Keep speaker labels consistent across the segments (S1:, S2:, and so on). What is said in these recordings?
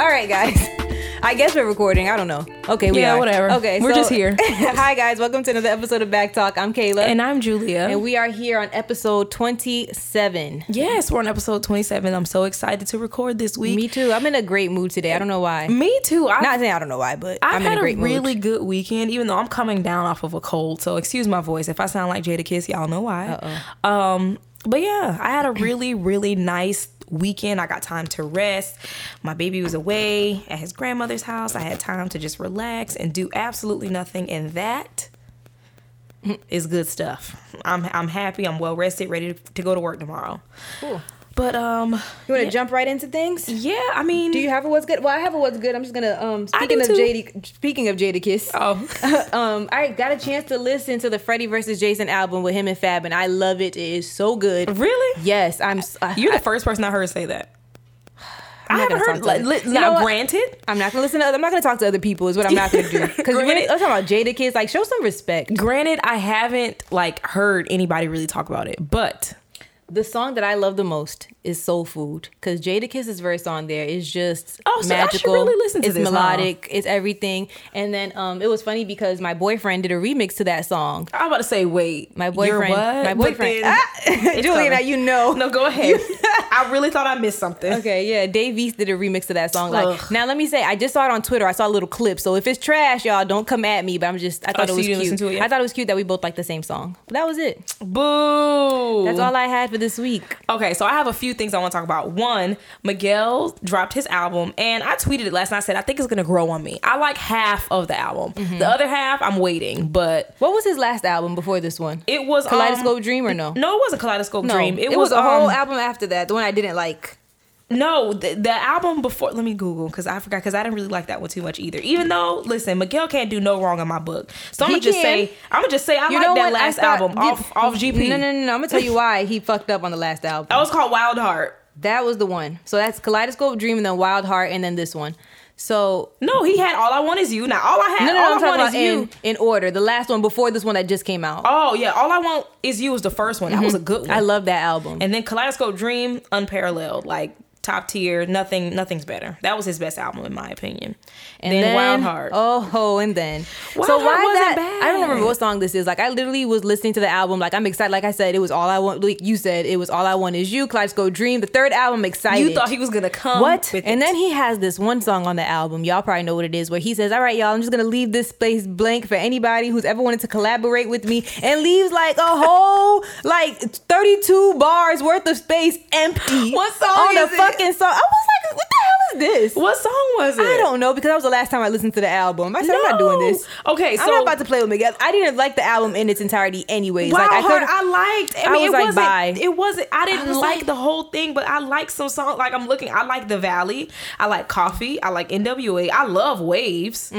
S1: Oh right, guys. I guess we're recording. I don't know. Okay, we
S2: Yeah,
S1: are.
S2: whatever.
S1: Okay,
S2: We're
S1: so-
S2: just here.
S1: Hi, guys. Welcome to another episode of Back Talk. I'm Kayla,
S2: And I'm Julia.
S1: and we are here on episode 27.
S2: yes, we're on episode 27. I'm so excited to record this week.
S1: Me too. I'm in a great mood today. I don't know why.
S2: Me too. I,
S1: Not saying I don't know why, but
S2: I've
S1: am
S2: had
S1: in a
S2: a,
S1: great
S2: really
S1: mood.
S2: good weekend, even though I'm coming down off of a cold. So excuse my voice. If I sound like Jada Kiss, y'all know why. Um, but yeah, I had a really, really nice weekend. I got time to rest. My baby was away at his grandmother's house. I had time to just relax and do absolutely nothing. And that is good stuff. I'm I'm happy. I'm well rested, ready to, to go to work tomorrow.
S1: Cool.
S2: But um,
S1: You want to jump right into things?
S2: yeah, I mean,
S1: Do you have a what's good? Well, I have a what's good. I'm just gonna um
S2: I
S1: speaking
S2: do
S1: of
S2: too.
S1: JD speaking of Jada Kiss.
S2: oh.
S1: um, I got a chance to listen to the Freddie versus Jason album with him and Fab, and I love it. It is so good.
S2: Really?
S1: Yes, I'm. s- I-
S2: You're the first person I heard say that. I
S1: not
S2: haven't
S1: gonna
S2: heard.
S1: talk
S2: Like,
S1: to
S2: li-
S1: you. You know
S2: now,
S1: what?
S2: granted,
S1: I'm not gonna listen to other. I'm not gonna talk to other people. Is what I'm not gonna do. Because when
S2: Granted.
S1: it- I'm talking about Jada Kiss, like show some respect.
S2: granted, I haven't like heard anybody really talk about it. But
S1: The song that I love the most is Soul Food because Jada Kiss's verse on there is just
S2: Oh, so I should
S1: magical.
S2: really listen to
S1: it's
S2: this, huh?
S1: melodic. It's everything. And then um, it was funny because my boyfriend did a remix to that song.
S2: I'm about to say, wait,
S1: My
S2: you're
S1: boyfriend,
S2: what?
S1: my
S2: But
S1: boyfriend.
S2: then-
S1: Ah,
S2: it's
S1: Julie,
S2: coming.
S1: now you know.
S2: no, go ahead. I really thought I missed something.
S1: Okay, yeah, Dave East did a remix to that song. Like,
S2: Ugh.
S1: now let me say, I just saw it on Twitter. I saw a little clip. So if it's trash, y'all don't come at me. But I'm just, I thought it
S2: Oh, so you
S1: was
S2: didn't
S1: cute.
S2: listen to it yet?
S1: I thought it was cute that we both like the same song. But that was it.
S2: Boo.
S1: That's all I had for this week.
S2: Okay, so I have a few things I want to talk about. One, Miguel dropped his album, and I tweeted it last night. I said I think it's gonna grow on me. I like half of the album. The other half, I'm waiting, but
S1: What was his last album before this one?
S2: it was um,
S1: Kaleidoscope Dream or no?
S2: No, it wasn't Kaleidoscope
S1: Oh. No,
S2: Dream. It, was,
S1: a whole
S2: um,
S1: album after that, the one I didn't like.
S2: No, the, the album before. Let me Google because I forgot because I didn't really like that one too much either. Even though, listen, Miguel can't do no wrong in my book. So I'm
S1: He
S2: gonna just
S1: can.
S2: say, I'm gonna just say I
S1: You
S2: like
S1: know
S2: that
S1: what? I
S2: last
S1: thought-
S2: album off off Oh. GP.
S1: No, no, no, no. I'm gonna tell you why he fucked up on the last album.
S2: That was called Wild Heart.
S1: That was the one. So that's Kaleidoscope Dream and then Wild Heart and then this one. So
S2: No, he had All I Want Is You. Now all I had,
S1: no, no, no.
S2: all
S1: I'm
S2: I want
S1: talking about
S2: is you.
S1: in, in order. The last one before this one that just came out.
S2: oh yeah, All I Want Is You was the first one. That was a good one.
S1: Mm-hmm. I love that album.
S2: and then Kaleidoscope Dream, unparalleled, like top tier. Nothing, nothing's better. That was his best album in my opinion. And then, Wild Heart.
S1: Oh, oh, and then.
S2: Wild
S1: so
S2: Heart
S1: why
S2: wasn't
S1: that?
S2: bad.
S1: I don't remember what song this is. Like I literally was listening to the album. Like I'm excited. Like I said, it was all I want. Like you said, it was all I want is you. Go Dream. The third album, I'm excited.
S2: you thought he was gonna come?
S1: what?
S2: With
S1: And
S2: it.
S1: then he has this one song on the album. Y'all probably know what it is, where he says, "All right, y'all, I'm just gonna leave this space blank for anybody who's ever wanted to collaborate with me," and leaves like a whole like 32 bars worth of space empty.
S2: What song
S1: on
S2: is
S1: the
S2: it?
S1: fucking song? I was like, "What the hell is this?"
S2: what song was it?
S1: I don't know because that was the last time I listened to the album. I said I'm not doing this.
S2: No. Okay,
S1: I'm
S2: so-
S1: not about to play with Miguel. I didn't like the album in its entirety, anyways.
S2: Wild
S1: like I
S2: Heart,
S1: heard,
S2: I liked. I,
S1: I
S2: mean,
S1: was
S2: it
S1: like,
S2: wasn't.
S1: bye.
S2: It wasn't. I didn't
S1: was
S2: like,
S1: like-
S2: the whole thing, but I like some songs. Like I'm looking. I like The Valley. I like Coffee. I like N.W.A. I love Waves.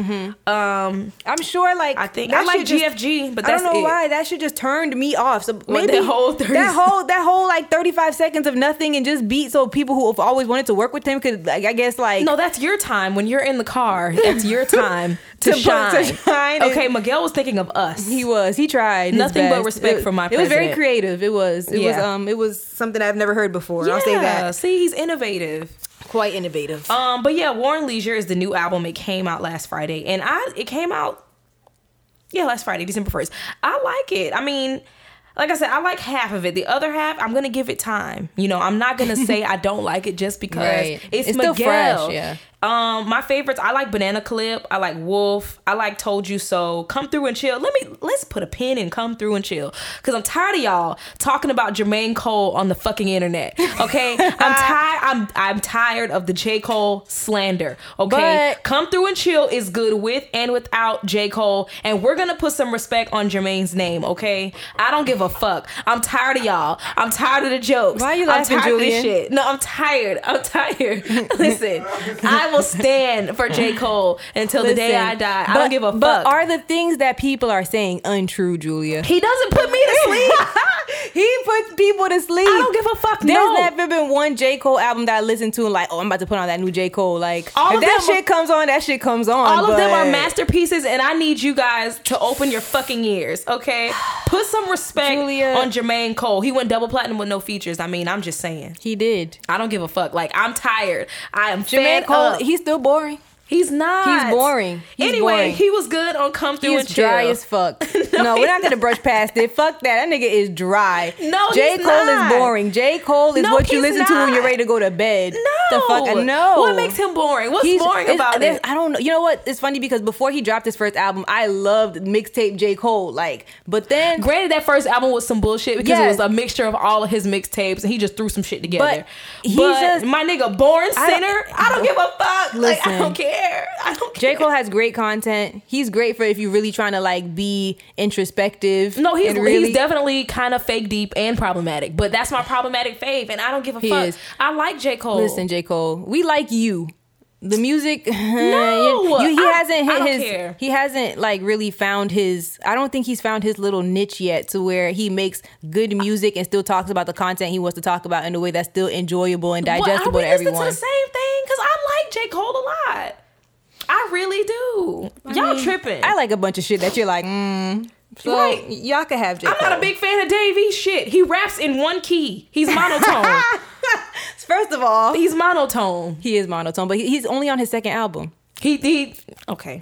S2: Um,
S1: I'm sure, like
S2: I think
S1: Mm-hmm. that
S2: I like
S1: shit just-
S2: GFG, but
S1: I
S2: that's
S1: don't know
S2: it.
S1: why that shit just turned me off. So
S2: Well,
S1: maybe
S2: that whole 30
S1: that whole that whole like 35 seconds of nothing and just beat so people who have always wanted to work with him could like I guess like
S2: No, that's your time when you're in the car. That's your time
S1: To
S2: to,
S1: put- to
S2: shine.
S1: shine and-
S2: Okay, Miguel was thinking of us.
S1: he was he tried his
S2: Nothing but
S1: best.
S2: respect
S1: it,
S2: for my
S1: It was very
S2: president.
S1: creative. It was it was
S2: Yeah.
S1: um it was something I've never heard before. I'll say
S2: Yeah,
S1: that
S2: See, he's innovative.
S1: quite innovative.
S2: Um, but yeah, Warren Leisure is the new album. It came out last Friday, and I it came out yeah last Friday, December first. I like it. I mean, like I said, I like half of it. The other half, I'm gonna give it time. You know, I'm not gonna say I don't like it just because
S1: Right.
S2: it's,
S1: It's still
S2: Miguel.
S1: fresh, yeah.
S2: Um, my favorites. I like Banana Clip. I like Wolf. I like Told You So. Come through and chill. Let me let's put a pin and come through and chill. Cause I'm tired of y'all talking about Jermaine Cole on the fucking internet. Okay, I'm tired. I'm I'm tired of the J Cole slander. Okay,
S1: But-
S2: come through and chill is good with and without J Cole, and we're gonna put some respect on Jermaine's name. Okay, I don't give a fuck. I'm tired of y'all. I'm tired of the jokes.
S1: Why you
S2: I'm
S1: laughing,
S2: tired of
S1: Julian?
S2: this shit. No, I'm tired. I'm tired. Listen, I will stand for J. Cole until the day
S1: Listen,
S2: I die. I
S1: but-
S2: don't give a
S1: But
S2: fuck.
S1: are the things that people are saying untrue, Julia?
S2: he doesn't put me to sleep.
S1: he puts people to sleep.
S2: I don't give a fuck.
S1: There's
S2: no.
S1: never been one J. Cole album that I listened to and like, oh, I'm about to put on that new J. Cole. Like,
S2: All
S1: if
S2: of
S1: that
S2: them
S1: shit comes on, that shit comes on.
S2: all of them are
S1: but-
S2: masterpieces, and I need you guys to open your fucking ears, okay? Put some respect check
S1: Julia-
S2: on Jermaine Cole. He went double platinum with no features. I mean, I'm just saying.
S1: He did.
S2: I don't give a fuck. Like I'm tired. I am
S1: Jermaine
S2: fed
S1: Cole,
S2: up.
S1: he's still boring.
S2: he's not.
S1: He's boring. He's
S2: anyway,
S1: boring.
S2: he was good on come through
S1: He
S2: and
S1: is dry
S2: Chill.
S1: as fuck. no, we're not gonna brush past it. Fuck that. That nigga is dry.
S2: No,
S1: J.
S2: he's
S1: Cole
S2: not.
S1: is boring. J. Cole is
S2: No,
S1: what you
S2: he's
S1: listen to when you're
S2: not.
S1: ready to go to bed.
S2: no.
S1: the fuck. No.
S2: What makes him boring? What's
S1: He's-
S2: boring
S1: it's-
S2: about
S1: there's-
S2: it?
S1: I don't know. You know what? It's funny because before he dropped his first album, I loved mixtape J. Cole. Like, but then
S2: Granted, that first album was some bullshit because it
S1: Yeah.
S2: was a mixture of all of his mixtapes, and he just threw some shit together. But,
S1: he just-
S2: my nigga, born
S1: I don't-
S2: sinner, I don't give a fuck. like I
S1: Listen.
S2: don't care. I don't. Care.
S1: J. Cole has great content. He's great for if you're really trying to like be introspective.
S2: No, he's
S1: and really
S2: he's definitely kind of fake deep and problematic, but that's my problematic fave, and I don't give a
S1: He
S2: fuck.
S1: is.
S2: I like J Cole.
S1: Listen, J. Cole, we like you. The music, no, he
S2: I-
S1: hasn't hit
S2: I don't
S1: his.
S2: care.
S1: He hasn't like really found his. I don't think he's found his little niche yet, to where he makes good music and still talks about the content he wants to talk about in a way that's still enjoyable and
S2: But
S1: digestible
S2: I
S1: to
S2: be listening
S1: everyone.
S2: To the same thing because I like J Cole a lot. I really do. Y'all tripping?
S1: I like a bunch of shit that you're like, mm. so
S2: Right.
S1: y'all can have J.
S2: I'm not a
S1: Cole.
S2: big fan of Davey shit. He raps in one key. He's monotone.
S1: First of all,
S2: He's monotone.
S1: he is monotone, but he- he's only on his second album.
S2: He he. Okay.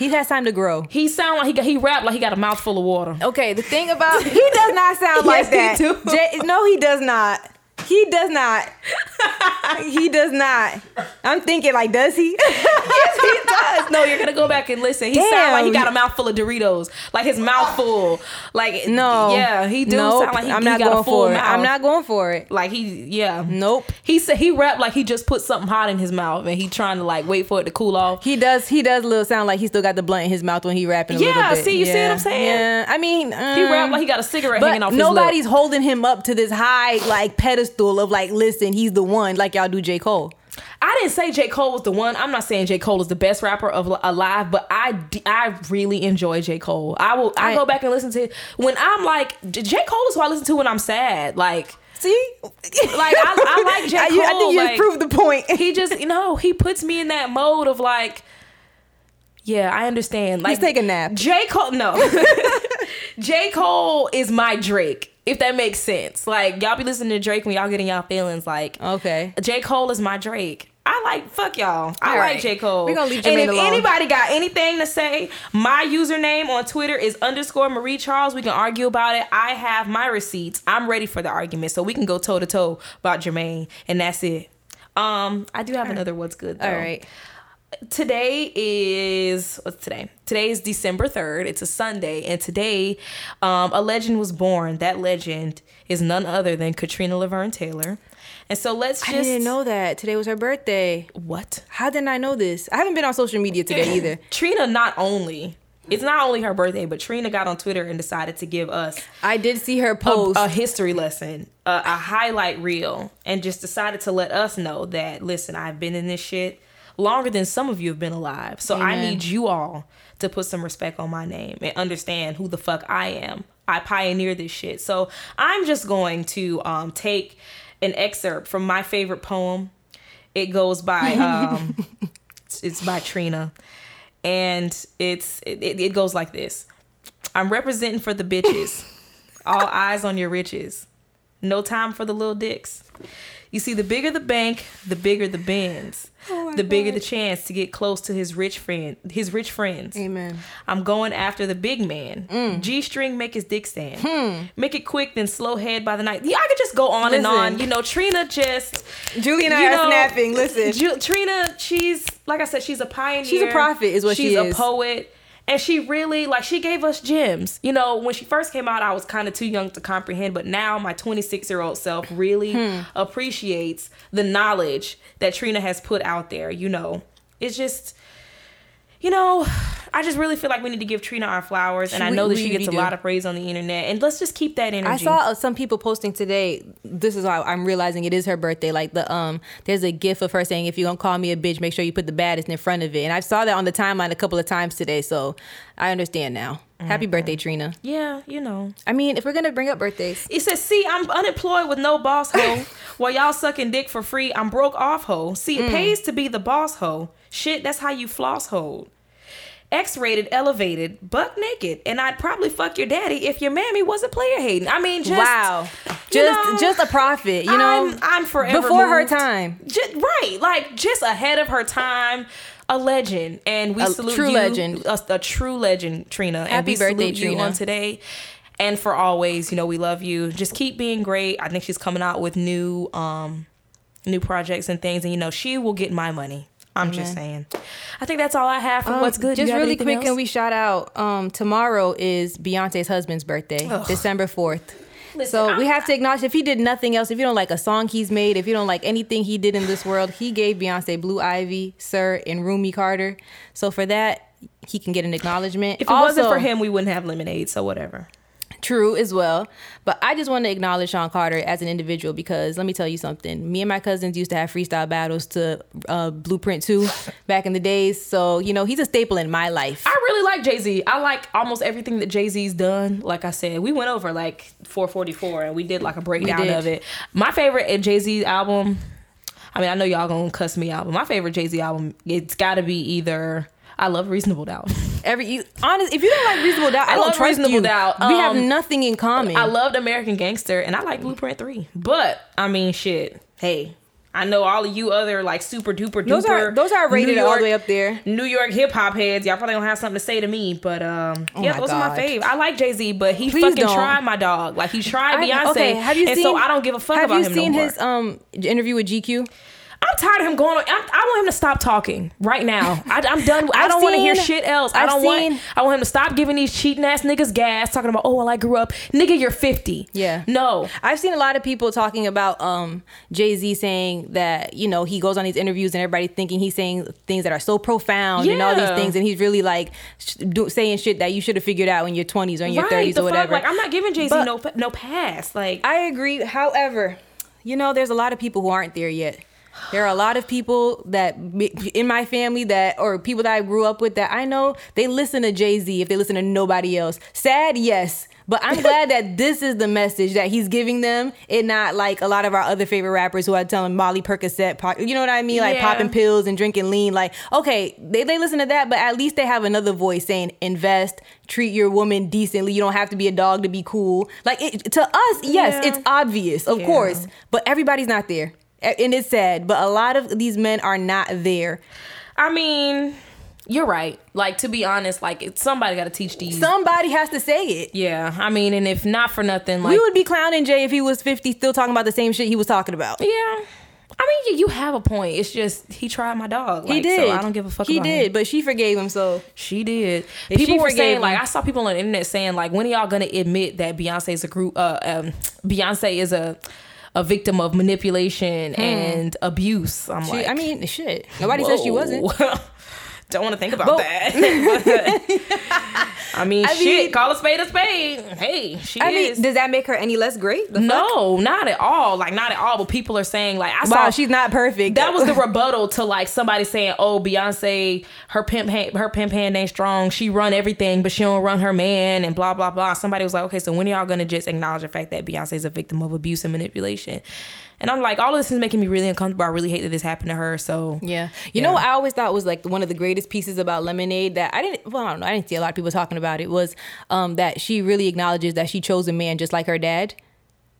S1: He has time to grow.
S2: He sound like he got he rap like he got a mouthful of water.
S1: Okay, the thing about he does not sound like that.
S2: Yes, he do.
S1: J- no, he does not. He does not. he does not. I'm thinking like, does he?
S2: yes, he does. No, you're gonna go back and listen. He sound
S1: Damn. Oh.
S2: like he got a mouthful of Doritos, like his mouthful. Like
S1: no.
S2: yeah, he do
S1: Nope.
S2: sound like he,
S1: I'm
S2: he
S1: not
S2: got
S1: going
S2: a full
S1: for it.
S2: mouth.
S1: I'm not going for it.
S2: like he yeah.
S1: Nope.
S2: He said he rap like he just put something hot in his mouth and he trying to like wait for it to cool off.
S1: He does. He does. Little sound like he still got the blunt in his mouth when he rapping. A
S2: Yeah,
S1: little bit.
S2: see, you see what I'm saying?
S1: Yeah. I mean,
S2: He
S1: um,
S2: rap like he got a cigarette
S1: But
S2: hanging off his
S1: nobody's holding him up to this high like pedestal of like, listen, he's the one. Like y'all do J Cole.
S2: lip. I didn't say J Cole was the one. I'm not saying J Cole is the best rapper of alive, but I d- I really enjoy J Cole. I will I,
S1: I-
S2: go back and listen to when I'm like J J. Cole is who I listen to when I'm sad. Like
S1: See,
S2: Like, I- I like J.
S1: I, I
S2: Cole,
S1: think you
S2: like-
S1: just proved the point.
S2: he just you know he puts me in that mode of like yeah i understand like
S1: Just take a nap.
S2: j cole no j cole is my drake if that makes sense like y'all be listening to drake when y'all getting y'all feelings like
S1: Okay.
S2: j cole is my drake I like fuck y'all. I
S1: All
S2: like
S1: right.
S2: J Cole.
S1: We gonna leave
S2: And
S1: Jermaine
S2: if
S1: alone.
S2: anybody got anything to say, my username on Twitter is underscore Marie Charles. We can argue about it. I have my receipts. I'm ready for the argument, so we can go toe to toe about Jermaine, and that's it. Um, I do have another what's good. Though.
S1: All right.
S2: Today is what's today? Today is December third. It's a Sunday, and today, um, a legend was born. That legend is none other than Katrina Laverne Taylor. And so let's just
S1: I didn't know that. Today was her birthday.
S2: what
S1: How didn't I know this? I haven't been on social media today either.
S2: Trina. Not only it's not only her birthday, but Trina got on Twitter and decided to give us
S1: I did see her
S2: a,
S1: post.
S2: a history lesson, a, a highlight reel, and just decided to let us know that listen, I've been in this shit longer than some of you have been alive. So I
S1: Amen.
S2: need you all to put some respect on my name and understand who the fuck I am. I pioneered this shit. So I'm just going to um, take an excerpt from my favorite poem. It goes by um, it's- it's by Trina, and it's it, it it goes like this. I'm representing for the bitches. All eyes on your riches. No time for the little dicks. You see, the bigger the bank, the bigger the bins,
S1: Oh my
S2: the bigger the
S1: God.
S2: chance to get close to his rich friend, his rich friends.
S1: Amen. Mm.
S2: I'm going after the big man. G string, make his dick stand.
S1: Hmm.
S2: Make it quick, then slow head by the night. Yeah, I could just go on and
S1: Listen.
S2: on. You know, Trina just
S1: Julie and I
S2: you
S1: are
S2: know,
S1: snapping. Listen.
S2: Ju- Trina, she's like I said, she's a pioneer.
S1: She's a prophet, is what she
S2: she's
S1: is.
S2: a poet, and she really like she gave us gems. You know, when she first came out, I was kind of too young to comprehend, but now my 26 year old self really
S1: Hmm.
S2: appreciates the knowledge that Trina has put out there. You know, it's just. You know, I just really feel like we need to give Trina our flowers, and I
S1: We-
S2: know that
S1: we-
S2: she
S1: we
S2: gets a
S1: do.
S2: lot of praise on the internet, and let's just keep that energy.
S1: I saw uh, some people posting today. This is why I'm realizing it is her birthday. Like the um, there's a gif of her saying, "If you're gonna call me a bitch, make sure you put the baddest in front of it." And I saw that on the timeline a couple of times today, so I understand now.
S2: Mm-hmm.
S1: Happy birthday, Trina.
S2: yeah, you know.
S1: I mean, if we're gonna bring up birthdays,
S2: It says, "See, I'm unemployed with no boss hoe. While y'all sucking dick for free, I'm broke off hoe. See, it pays to be the boss hoe. Shit, that's how you floss hoe. X-rated, elevated, buck naked, and I'd probably fuck your daddy if your mammy wasn't player hating. I mean, just
S1: wow. Just
S2: you know,
S1: just a prophet, you know.
S2: I'm, I'm forever
S1: before her
S2: moved.
S1: time.
S2: Ju- right, like just ahead of her time. A legend, and we
S1: A
S2: salute
S1: true
S2: you,
S1: legend.
S2: a, a true legend, Trina. and
S1: Happy
S2: we
S1: birthday,
S2: salute you
S1: Trina.
S2: on today. And for always, you know, we love you. Just keep being great. I think she's coming out with new um new projects and things, and you know, she will get my money. I'm just saying. I think that's all I have for what's good. You
S1: Um, Oh, Just
S2: have
S1: really
S2: anything
S1: quick,
S2: else?
S1: can we shout out? Um, tomorrow is Beyonce's husband's birthday, December fourth. So we have to acknowledge if he did nothing else, if you don't like a song he's made, if you don't like anything he did in this world, he gave Beyonce Blue Ivy, Sir, and Rumi Carter. So for that, he can get an acknowledgement.
S2: If it wasn't for him, we wouldn't have lemonade. So whatever.
S1: True as well. But I just want to acknowledge Sean Carter as an individual because let me tell you something. Me and my cousins used to have freestyle battles to uh, Blueprint 2 back in the days. So, you know, he's a staple in my life.
S2: I really like Jay Z. I like almost everything that Jay Z's done. Like I said, we went over like 444 and we did like a breakdown
S1: did.
S2: of it. My favorite Jay Z album, I mean, I know y'all gonna cuss me out, but my favorite Jay Z album, it's gotta be either I Love Reasonable Doubt.
S1: Every you, honest, if you don't like Reasonable Doubt, I,
S2: I
S1: don't
S2: love
S1: trust
S2: Reasonable
S1: you.
S2: Doubt.
S1: we have
S2: Um,
S1: nothing in common.
S2: I loved American Gangster and I like Blueprint 3. But I mean, shit, hey. I know all of you other like super duper duper.
S1: those are those are rated
S2: New
S1: all
S2: York-
S1: the way up there.
S2: New York hip hop heads, y'all probably don't have something to say to me, but um, yeah,
S1: Oh my
S2: those are my
S1: God.
S2: fave. I like Jay Z, but he
S1: Please
S2: fucking
S1: don't.
S2: tried my dog. Like he tried
S1: I-
S2: Beyonce, and so I don't give a fuck
S1: Have
S2: about
S1: you
S2: him
S1: seen
S2: no
S1: his um interview with GQ?
S2: more. I'm tired of him going. on. I, I want him to stop talking right now. I, I'm done. with- I
S1: I've
S2: don't want to hear
S1: seen-
S2: shit else. I
S1: I've
S2: don't
S1: seen-
S2: want. I want him to stop giving these cheating ass niggas gas, talking about oh well I grew up, nigga you're 50.
S1: Yeah.
S2: no.
S1: I've seen a lot of people talking about um, Jay Z saying that you know he goes on these interviews and everybody thinking he's saying things that are so profound and all these
S2: Yeah.
S1: things, and he's really like sh- do, saying shit that you should have figured out in your twenties or in your
S2: Right,
S1: thirties
S2: the
S1: or whatever.
S2: Fuck? Like I'm not giving Jay Z
S1: But-
S2: no no pass. Like
S1: I agree. However, you know, there's a lot of people who aren't there yet. There are a lot of people that in my family that, or people that I grew up with that I know they listen to Jay Z if they listen to nobody else. Sad, yes, but I'm glad that this is the message that he's giving them, and not like a lot of our other favorite rappers who I tell them Molly Percocet, pop, you know what I mean, like
S2: Yeah.
S1: popping pills and drinking lean. Like, okay, they they listen to that, but at least they have another voice saying invest, treat your woman decently. You don't have to be a dog to be cool. Like it, to us, yes,
S2: Yeah.
S1: it's obvious, of
S2: Yeah.
S1: course, but everybody's not there. A- And it's sad, but a lot of these men are not there.
S2: I mean, you're right. Like to be honest, like it's, somebody got to teach these.
S1: Somebody has to say it.
S2: Yeah, I mean, and if not for nothing, like
S1: We would be clowning Jay if he was 50 still talking about the same shit he was talking about.
S2: yeah. I mean, you, you have a point. It's just he tried my dog.
S1: He
S2: like,
S1: did.
S2: So I don't give a fuck.
S1: He
S2: about
S1: did,
S2: him.
S1: but she forgave him, so
S2: She did.
S1: And
S2: people
S1: she
S2: were
S1: forgave
S2: saying
S1: him.
S2: like I saw people on the internet saying like when are y'all gonna admit that Beyonce is a group? Uh, um, Beyonce is a a victim of manipulation and abuse. I'm
S1: Hmm. she,
S2: like,
S1: I mean, shit. Nobody said she wasn't.
S2: Whoa. Don't want to think about
S1: But-
S2: that. I mean,
S1: I
S2: shit.
S1: mean-
S2: call a spade a spade. Hey, she
S1: I
S2: is.
S1: mean, does that make her any less great? The fuck?
S2: no, not at all. Like, not at all. But people are saying, like, I
S1: Wow,
S2: saw
S1: she's not perfect.
S2: that was the rebuttal to like somebody saying, "Oh, Beyonce, her pimp, hand, her pimp hand ain't strong. She run everything, but she don't run her man." And blah blah blah. Somebody was like, "Okay, so when are y'all gonna just acknowledge the fact that Beyonce is a victim of abuse and manipulation?" And I'm like, all of this is making me really uncomfortable. I really hate that this happened to her. So
S1: Yeah. You know what I always thought was like one of the greatest pieces about Lemonade that I didn't well, I don't know, I didn't see a lot of people talking about it was um that she really acknowledges that she chose a man just like her dad.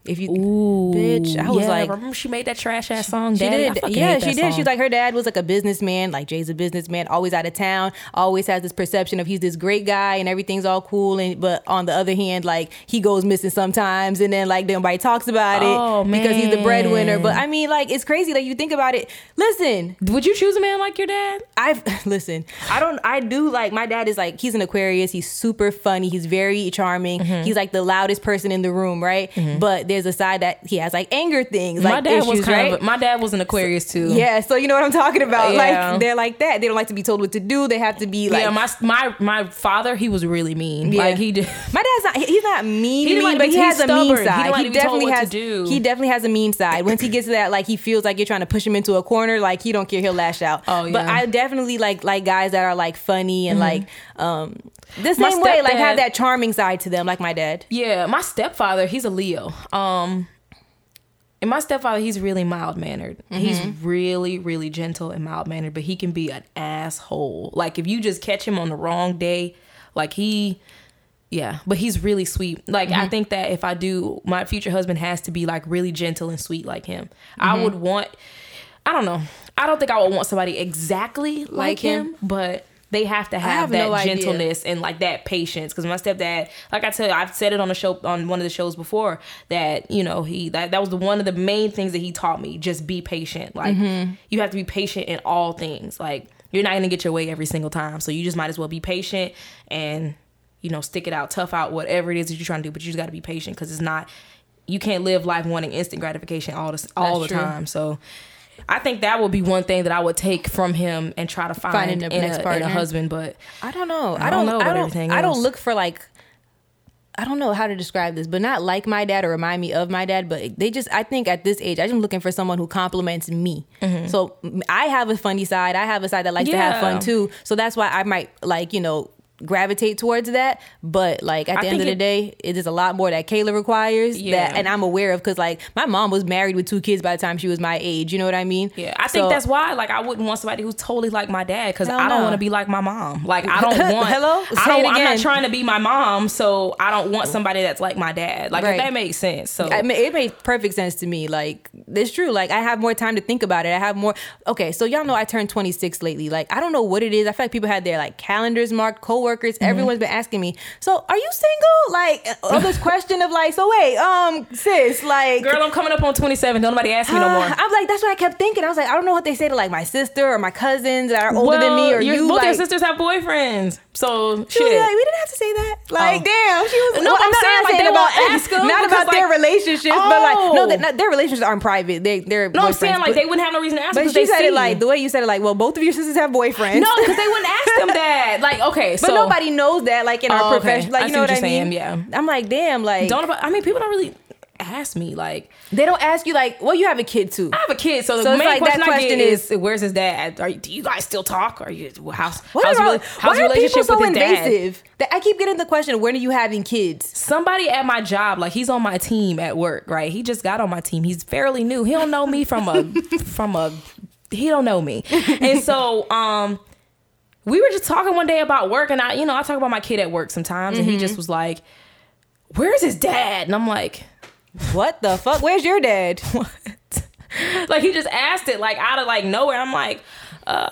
S1: If you bitch, I was
S2: yeah,
S1: like
S2: remember she made that trash ass song.
S1: she
S2: Daddy? I
S1: did.
S2: fucking
S1: Yeah,
S2: hate
S1: she
S2: that
S1: did.
S2: song.
S1: She's like her dad was like a businessman, like Jay's a businessman, always out of town, always has this perception of he's this great guy and everything's all cool and but on the other hand, like he goes missing sometimes and then like nobody talks about it
S2: Oh,
S1: because he's the breadwinner.
S2: man.
S1: But I mean like it's crazy like you think about it. Listen,
S2: "Would you choose a man like your dad?"
S1: I've listen. I don't. I do like my dad is like he's an Aquarius. He's super funny. He's very charming.
S2: Mm-hmm.
S1: He's like the loudest person in the room, right? But there's a side that he has like anger things, like
S2: my dad
S1: issues,
S2: was kind
S1: right?
S2: of. My dad was an Aquarius too.
S1: yeah, so you know what I'm talking about.
S2: Yeah.
S1: Like they're like that. They don't like to be told what to do. They have to be like
S2: yeah. My my my father, he was really mean.
S1: Yeah.
S2: Like he did.
S1: My dad's not. he- He's not mean.
S2: He
S1: mean,
S2: didn't like to
S1: but
S2: be-
S1: he has
S2: he's
S1: a mean
S2: stubborn. He
S1: side.
S2: didn't like to be told what to
S1: has.
S2: do.
S1: He definitely has a mean side. Once he gets to that, like he feels like you're trying to push him into a corner. Like he don't care. He'll lash out.
S2: Oh,
S1: But
S2: yeah. Mm-hmm.
S1: I definitely like like guys that are like funny and like um the
S2: My
S1: same way like have
S2: stepdad-
S1: that charming side to them, like my dad.
S2: Yeah, my stepfather, he's a Leo. Um And my stepfather, he's really mild mannered. He's really, really gentle and mild mannered, but he can be an asshole. Like if you just catch him on the wrong day, like he yeah, but he's really sweet. Like I think that if I do, my future husband has to be like really gentle and sweet like him. I would want I don't know. I don't think I would want somebody exactly like,
S1: Like him.
S2: him, but they have to have,
S3: have no
S2: that
S3: idea.
S2: gentleness and like that patience. Because my stepdad, like I tell you, I've said it on the show on one of the shows before that you know he that that was the one of the main things that he taught me. Just be patient. Like
S3: Mm-hmm.
S2: you have to be patient in all things. Like you're not gonna get your way every single time, so you just might as well be patient and you know stick it out, tough out, whatever it is that you're trying to do. But you just got to be patient because it's not. You can't live life wanting instant gratification all the all
S3: That's
S2: the
S3: true.
S2: time. So I think that would be one thing that I would take from him and try to find,
S3: Finding the
S2: in,
S3: next
S2: a, in
S3: partner.
S2: a husband. But
S1: I don't know.
S2: I
S1: I don't
S2: don't know
S1: know. I
S2: about
S1: don't,
S2: everything
S1: I don't
S2: else.
S1: look for like. I don't know how to describe this, but not like my dad or remind me of my dad. But they just, I think at this age, I'm looking for someone who compliments me. So m- I have a funny side. I have a side that likes to have
S2: Mm-hmm. Yeah.
S1: fun too. So that's why I might like you know gravitate towards that. But like at
S2: I
S1: the end of
S2: think
S1: the
S2: it-
S1: day, it is a lot more that Kayla requires.
S2: Yeah.
S1: That and I'm aware of because like my mom was married with two kids by the time she was my age. You know what I mean?
S2: yeah, I think
S1: So-
S2: that's why. Like, I wouldn't want somebody who's totally like my dad because
S1: Hell
S2: I don't
S1: no.
S2: want to be like my mom. Like, I don't want.
S1: Hello?
S2: I
S1: Say it
S2: don't. I'm
S1: again.
S2: not trying to be my mom, so I don't want somebody that's like my dad. Like, if
S1: Right.
S2: that makes sense. So
S1: I mean, it made perfect sense to me. Like it's true. Like I have more time to think about it. I have more. Okay, so y'all know I turned 26 lately. Like I don't know what it is. I feel like people had their like calendars marked, coworkers.
S2: Mm-hmm.
S1: Everyone's been asking me. So are you single? Like uh, all this question of like. So wait, um, sis, like.
S2: girl, I'm coming up on 27. Don't nobody ask me no
S1: uh,
S2: more.
S1: I'm like, that's what I kept thinking. I was like, I don't know what they say to like my sister or my cousins that are older than me or
S2: your-
S1: you.
S2: both
S1: like,
S2: your sisters have boyfriends, so
S1: she was
S2: shit.
S1: like, we didn't have to say that. Like,
S2: Oh.
S1: damn, she was.
S2: No,
S1: well,
S2: I'm
S1: not-
S2: saying,
S1: not
S2: like, they won't ask 'em
S1: Not
S2: because,
S1: about their
S2: like-
S1: relationships, but like, no,
S2: Oh.
S1: that, not, their relationships aren't private. They, they're
S2: no, I'm saying like
S1: boyfriends.
S2: they wouldn't have no reason to ask.
S1: But, but
S2: because
S1: she
S2: they
S1: said
S2: see
S1: it
S2: you.
S1: like the way you said it, like, well, both of your sisters have boyfriends.
S2: no, because they wouldn't ask them that. Like, okay,
S1: But
S2: so
S1: nobody knows that, like in
S2: Oh,
S1: our
S2: okay.
S1: profession, like
S2: I
S1: you
S2: see
S1: know
S2: what
S1: what, I
S2: you're saying,
S1: mean?
S2: yeah.
S1: I'm like, damn, like
S2: don't. I mean, people don't really ask me like.
S1: they don't ask you, like, well, you have a kid too.
S2: I have a kid, so the
S1: So it's
S2: main
S1: like,
S2: question,
S1: that
S2: I
S1: question
S2: get is, where's his dad? Are you, do you guys still talk? Are you how's
S1: What
S2: how's,
S1: are,
S2: rela- how's
S1: why
S2: your
S1: are people
S2: relationship
S1: so
S2: with his dad?
S1: invasive? That I keep getting the question, when are you having kids?
S2: Somebody at my job, like he's on my team at work, right? He just got on my team. He's fairly new. He don't know me from a from a he don't know me, and so um. We were just talking one day about work, and I, you know, I talk about my kid at work sometimes, and
S1: Mm-hmm.
S2: he just was like, "Where's his dad?" And I'm like,
S1: What the fuck? Where's your dad?
S2: what? like he just asked it like out of like nowhere. I'm like,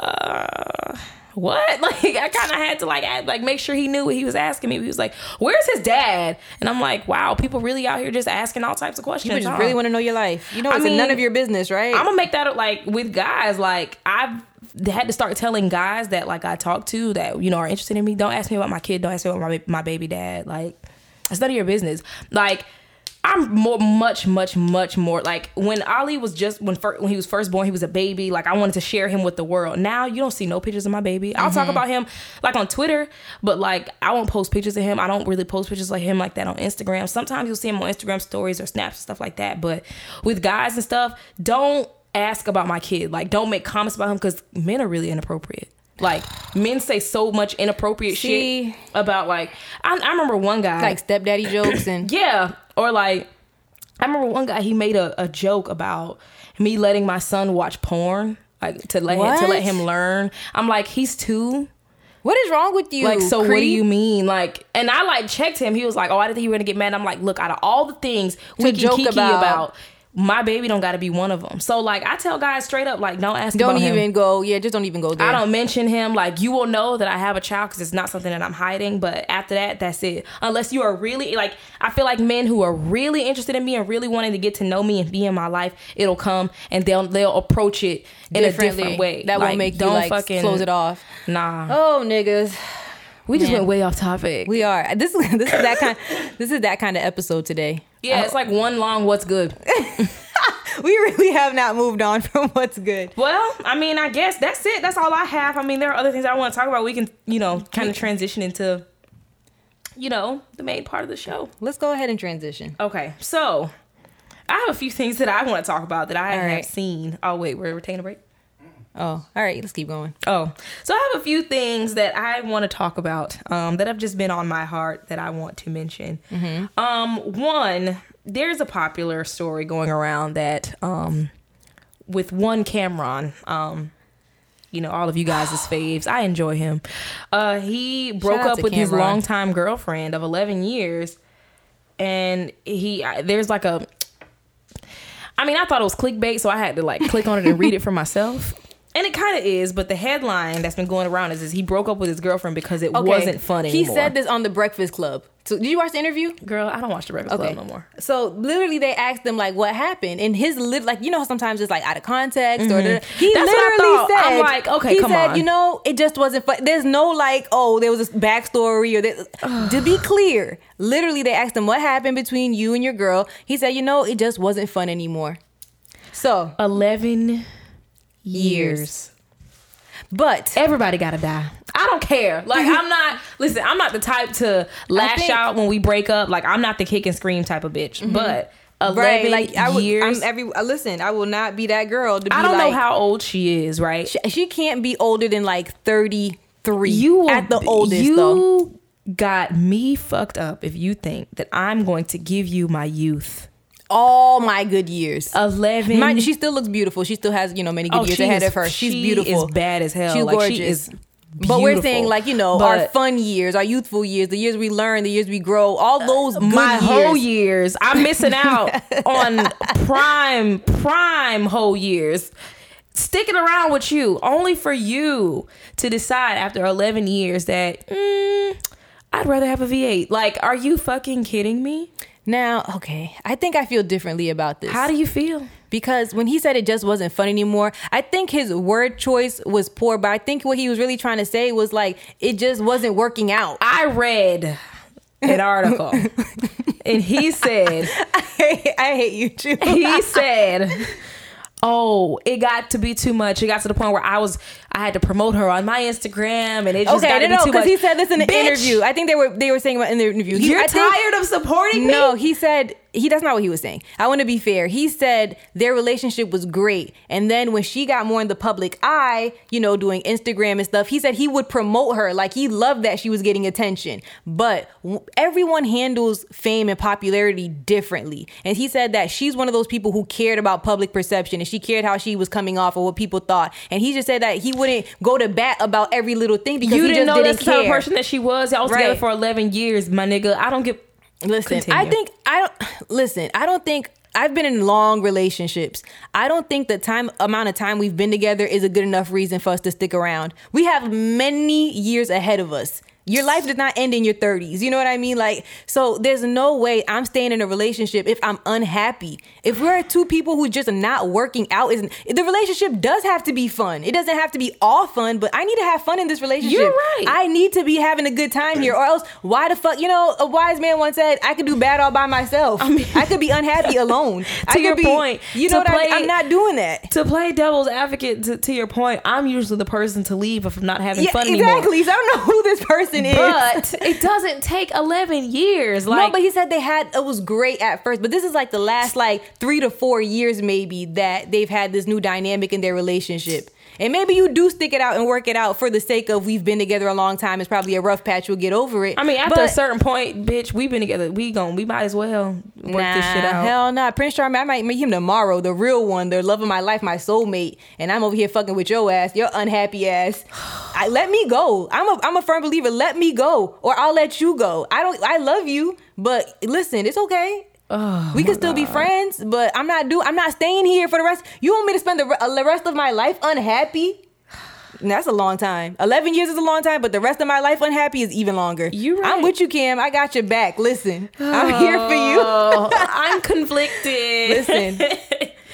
S2: uh what? Like I kind of had to like act, like make sure he knew what he was asking me. He was like, "Where's his dad?" And I'm like, "Wow, people really out here just asking all types of questions."
S1: People just
S2: huh?"
S1: really want to know your life. You know,
S2: I
S1: it's
S2: mean,
S1: none of your business, right?
S2: I'm gonna make that like with guys. Like I've had to start telling guys that like I talk to that you know are interested in me. Don't ask me about my kid. Don't ask me about my my baby dad. Like it's none of your business. Like. I'm more, much, much, much more like when Ali was just when fir- when he was first born, he was a baby. Like I wanted to share him with the world. Now you don't see no pictures of my baby. I'll
S1: Mm-hmm.
S2: talk about him like on Twitter, but like I won't post pictures of him. I don't really post pictures like him like that on Instagram. Sometimes you'll see him on Instagram stories or snaps and stuff like that. But with guys and stuff, don't ask about my kid. Like, don't make comments about him because men are really inappropriate. Like, men say so much inappropriate
S1: See?
S2: shit about like. I, I remember one guy.
S1: like stepdaddy jokes and
S2: yeah, or like, I remember one guy. He made a, a joke about me letting my son watch porn. Like to let him, to
S1: What?
S2: let him learn. I'm like, he's two.
S1: what is wrong with you?
S2: Like, so what do
S1: creep?
S2: you mean? Like, and I like checked him. He was like, oh, I didn't think you were gonna get mad. I'm like, look, out of all the things we
S1: To
S2: can
S1: joke
S2: kiki
S1: about.
S2: about. my baby don't gotta be one of them. So like, I tell guys straight up, like, don't ask.
S1: Don't
S2: about him.
S1: even go. Yeah, just don't even go there.
S2: I don't mention him. Like you will know that I have a child because it's not something that I'm hiding. But after that, that's it. Unless you are really like, I feel like men who are really interested in me and really wanting to get to know me and be in my life, it'll come and they'll they'll approach it in a different way.
S1: That
S2: Like,
S1: won't make you like close it off.
S2: Nah,
S1: Oh, niggas,
S2: we just
S1: man.
S2: went way off topic.
S1: we are. This this is that kind. this is that kind of episode today.
S2: yeah, it's like one long. What's good?
S1: We really have not moved on from what's good.
S2: Well, I mean, I guess that's it. That's all I have. I mean, there are other things I want to talk about. We can, you know, kind of transition into, you know, the main part of the show.
S1: Let's go ahead and transition.
S2: Okay, so I have a few things that I want to talk about that I
S1: All
S2: have
S1: right.
S2: seen. Oh wait, we're we're taking a break.
S1: Oh, all right. Let's keep going.
S2: Oh, so I have a few things that I want to talk
S1: Mm-hmm.
S2: about um, that have just been on my heart that I want to mention. Um, one there's a popular story going around that um, with one Cameron, um, you know, all of you guys' faves, I enjoy him. Uh, he broke
S1: out
S2: up
S1: to
S2: with his
S1: Cameron.
S2: longtime girlfriend of 11 years, and he I- there's like a. I mean, I thought it was clickbait, so I had to like click on it and read it for myself. And it kind of is, but the headline that's been going around is, is he broke up with his girlfriend because it
S1: Okay.
S2: wasn't funny.
S1: He said this on the Breakfast Club. So, did you watch the interview?
S2: "Girl, I don't watch the Breakfast Club no more."
S1: So literally, they asked them like, "What happened?" And his lit like you know how sometimes it's like out of context or he
S2: Mm-hmm. That's what I
S1: literally
S2: thought.
S1: said,
S2: I'm like, okay,
S1: he
S2: come
S1: said,
S2: on.
S1: You know, it just wasn't. Fun. There's no like, oh, there was a backstory or that. to be clear, literally, they asked him what happened between you and your girl. He said, you know, it just wasn't fun anymore. So,
S2: 11
S1: years. but
S2: Everybody gotta die. I don't care. Like I'm not. Listen, I'm not the type to lash
S1: think-
S2: out when we break up. Like I'm not the kick and scream type of bitch. But
S1: right,
S2: eleven
S1: like I would,
S2: years.
S1: I'm every. uh, Listen, I will not be that girl. To be
S2: I don't
S1: like,
S2: know how old she is. Right?
S1: she, she can't be older than like thirty three.
S2: will
S1: at the
S2: be-
S1: oldest
S2: You
S1: though.
S2: got me fucked up if you think that I'm going to give you my youth.
S1: all my good years.
S2: Eleven.
S1: Uh, Mind you, she still looks beautiful. She still has you know many good
S2: Oh,
S1: years
S2: she
S1: ahead
S2: is-
S1: of her. She's
S2: she
S1: beautiful.
S2: is bad as hell.
S1: She's
S2: Like,
S1: gorgeous.
S2: she is
S1: But we're
S2: beautiful.
S1: saying like you know our
S2: But-
S1: fun years, our youthful years, the years we learn, the years we grow, all those good
S2: Uh, my
S1: years.
S2: whole years. I'm missing out on prime, prime whole years. Sticking around with you only for you to decide after 11 years that mm, I'd rather have a V8. Like, are you fucking kidding me?
S1: Now, okay, I think I feel differently about this
S2: How do you feel?
S1: because when he said it just wasn't fun anymore, I think his word choice was poor. But I think what he was really trying to say was like it just wasn't working out.
S2: I read an article and he said,
S1: I hate you too.
S2: he said oh it got to be too much it got to the point where i was i had to promote her on my instagram and it just got
S1: Okay, no,
S2: to be
S1: no,
S2: too
S1: because
S2: much
S1: he said this in an
S2: Bitch,
S1: interview. I think they were they were saying about in the interview. He-
S2: you're
S1: I think-
S2: tired of supporting me
S1: No, he said he. That's not what he was saying. I want to be fair. He said their relationship was great, and then when she got more in the public eye, you know, doing Instagram and stuff, he said he would promote her. Like he loved that she was getting attention. But w- everyone handles fame and popularity differently, and he said that she's one of those people who cared about public perception and she cared how she was coming off or what people thought. And he just said that he wouldn't go to bat about every little thing because
S2: you
S1: he
S2: didn't
S1: just
S2: know
S1: didn't
S2: that's the type of
S1: care.
S2: person that she was y'all was together
S1: Right.
S2: for 11 years my nigga i don't give
S1: Listen, I
S2: Continue.
S1: think I don't listen. I don't think I've been in long relationships. I don't think the time amount of time we've been together is a good enough reason for us to stick around. We have many years ahead of us. Your life does not end in your 30s. You know what I mean? Like, so there's no way I'm staying in a relationship if I'm unhappy. If we're two people who just not working out, isn't the relationship does have to be fun. It doesn't have to be all fun, but I need to have fun in this relationship.
S2: right.
S1: I I need to be having a good time here, or else why the fuck? You know, a wise man once said, "I could do bad all by myself. I, could be unhappy alone." to I could
S2: your
S1: be,
S2: point,
S1: you
S2: to
S1: know what I mean?
S2: play-
S1: I'm not doing that.
S2: to play devil's advocate to, to your point i'm usually the person to leave if i'm not having
S1: Yeah,
S2: fun
S1: exactly.
S2: anymore
S1: So I don't know who this person is.
S2: but it doesn't take 11 years like
S1: no, but he said they had it was great at first, but this is like the last like three to four years maybe that they've had this new dynamic in their relationship. And maybe you do stick it out and work it out for the sake of we've been together a long time. It's probably a rough patch. We'll get over it.
S2: I mean, after a
S1: But-
S2: certain point, bitch, we've been together. We gon' we might as well work this shit
S1: Nah,
S2: out.
S1: Hell no, Prince Charming. I might meet him tomorrow. The real one, the love of my life, my soulmate, and I'm over here fucking with your ass, your unhappy ass. I, let me go. I'm a I'm a firm believer. Let me go, or I'll let you go. I don't. I love you, but listen, it's okay.
S2: Oh,
S1: we can still be friends, but I'm not do. I'm not staying here for the rest. You want me to spend the, re- the rest of my life unhappy? And That's a long time. Eleven years is a long time, but the rest of my life unhappy is even longer.
S2: You right.
S1: I'm with you, Kim. I got your back. Listen, I'm here for you.
S2: Oh, I'm conflicted.
S1: Listen,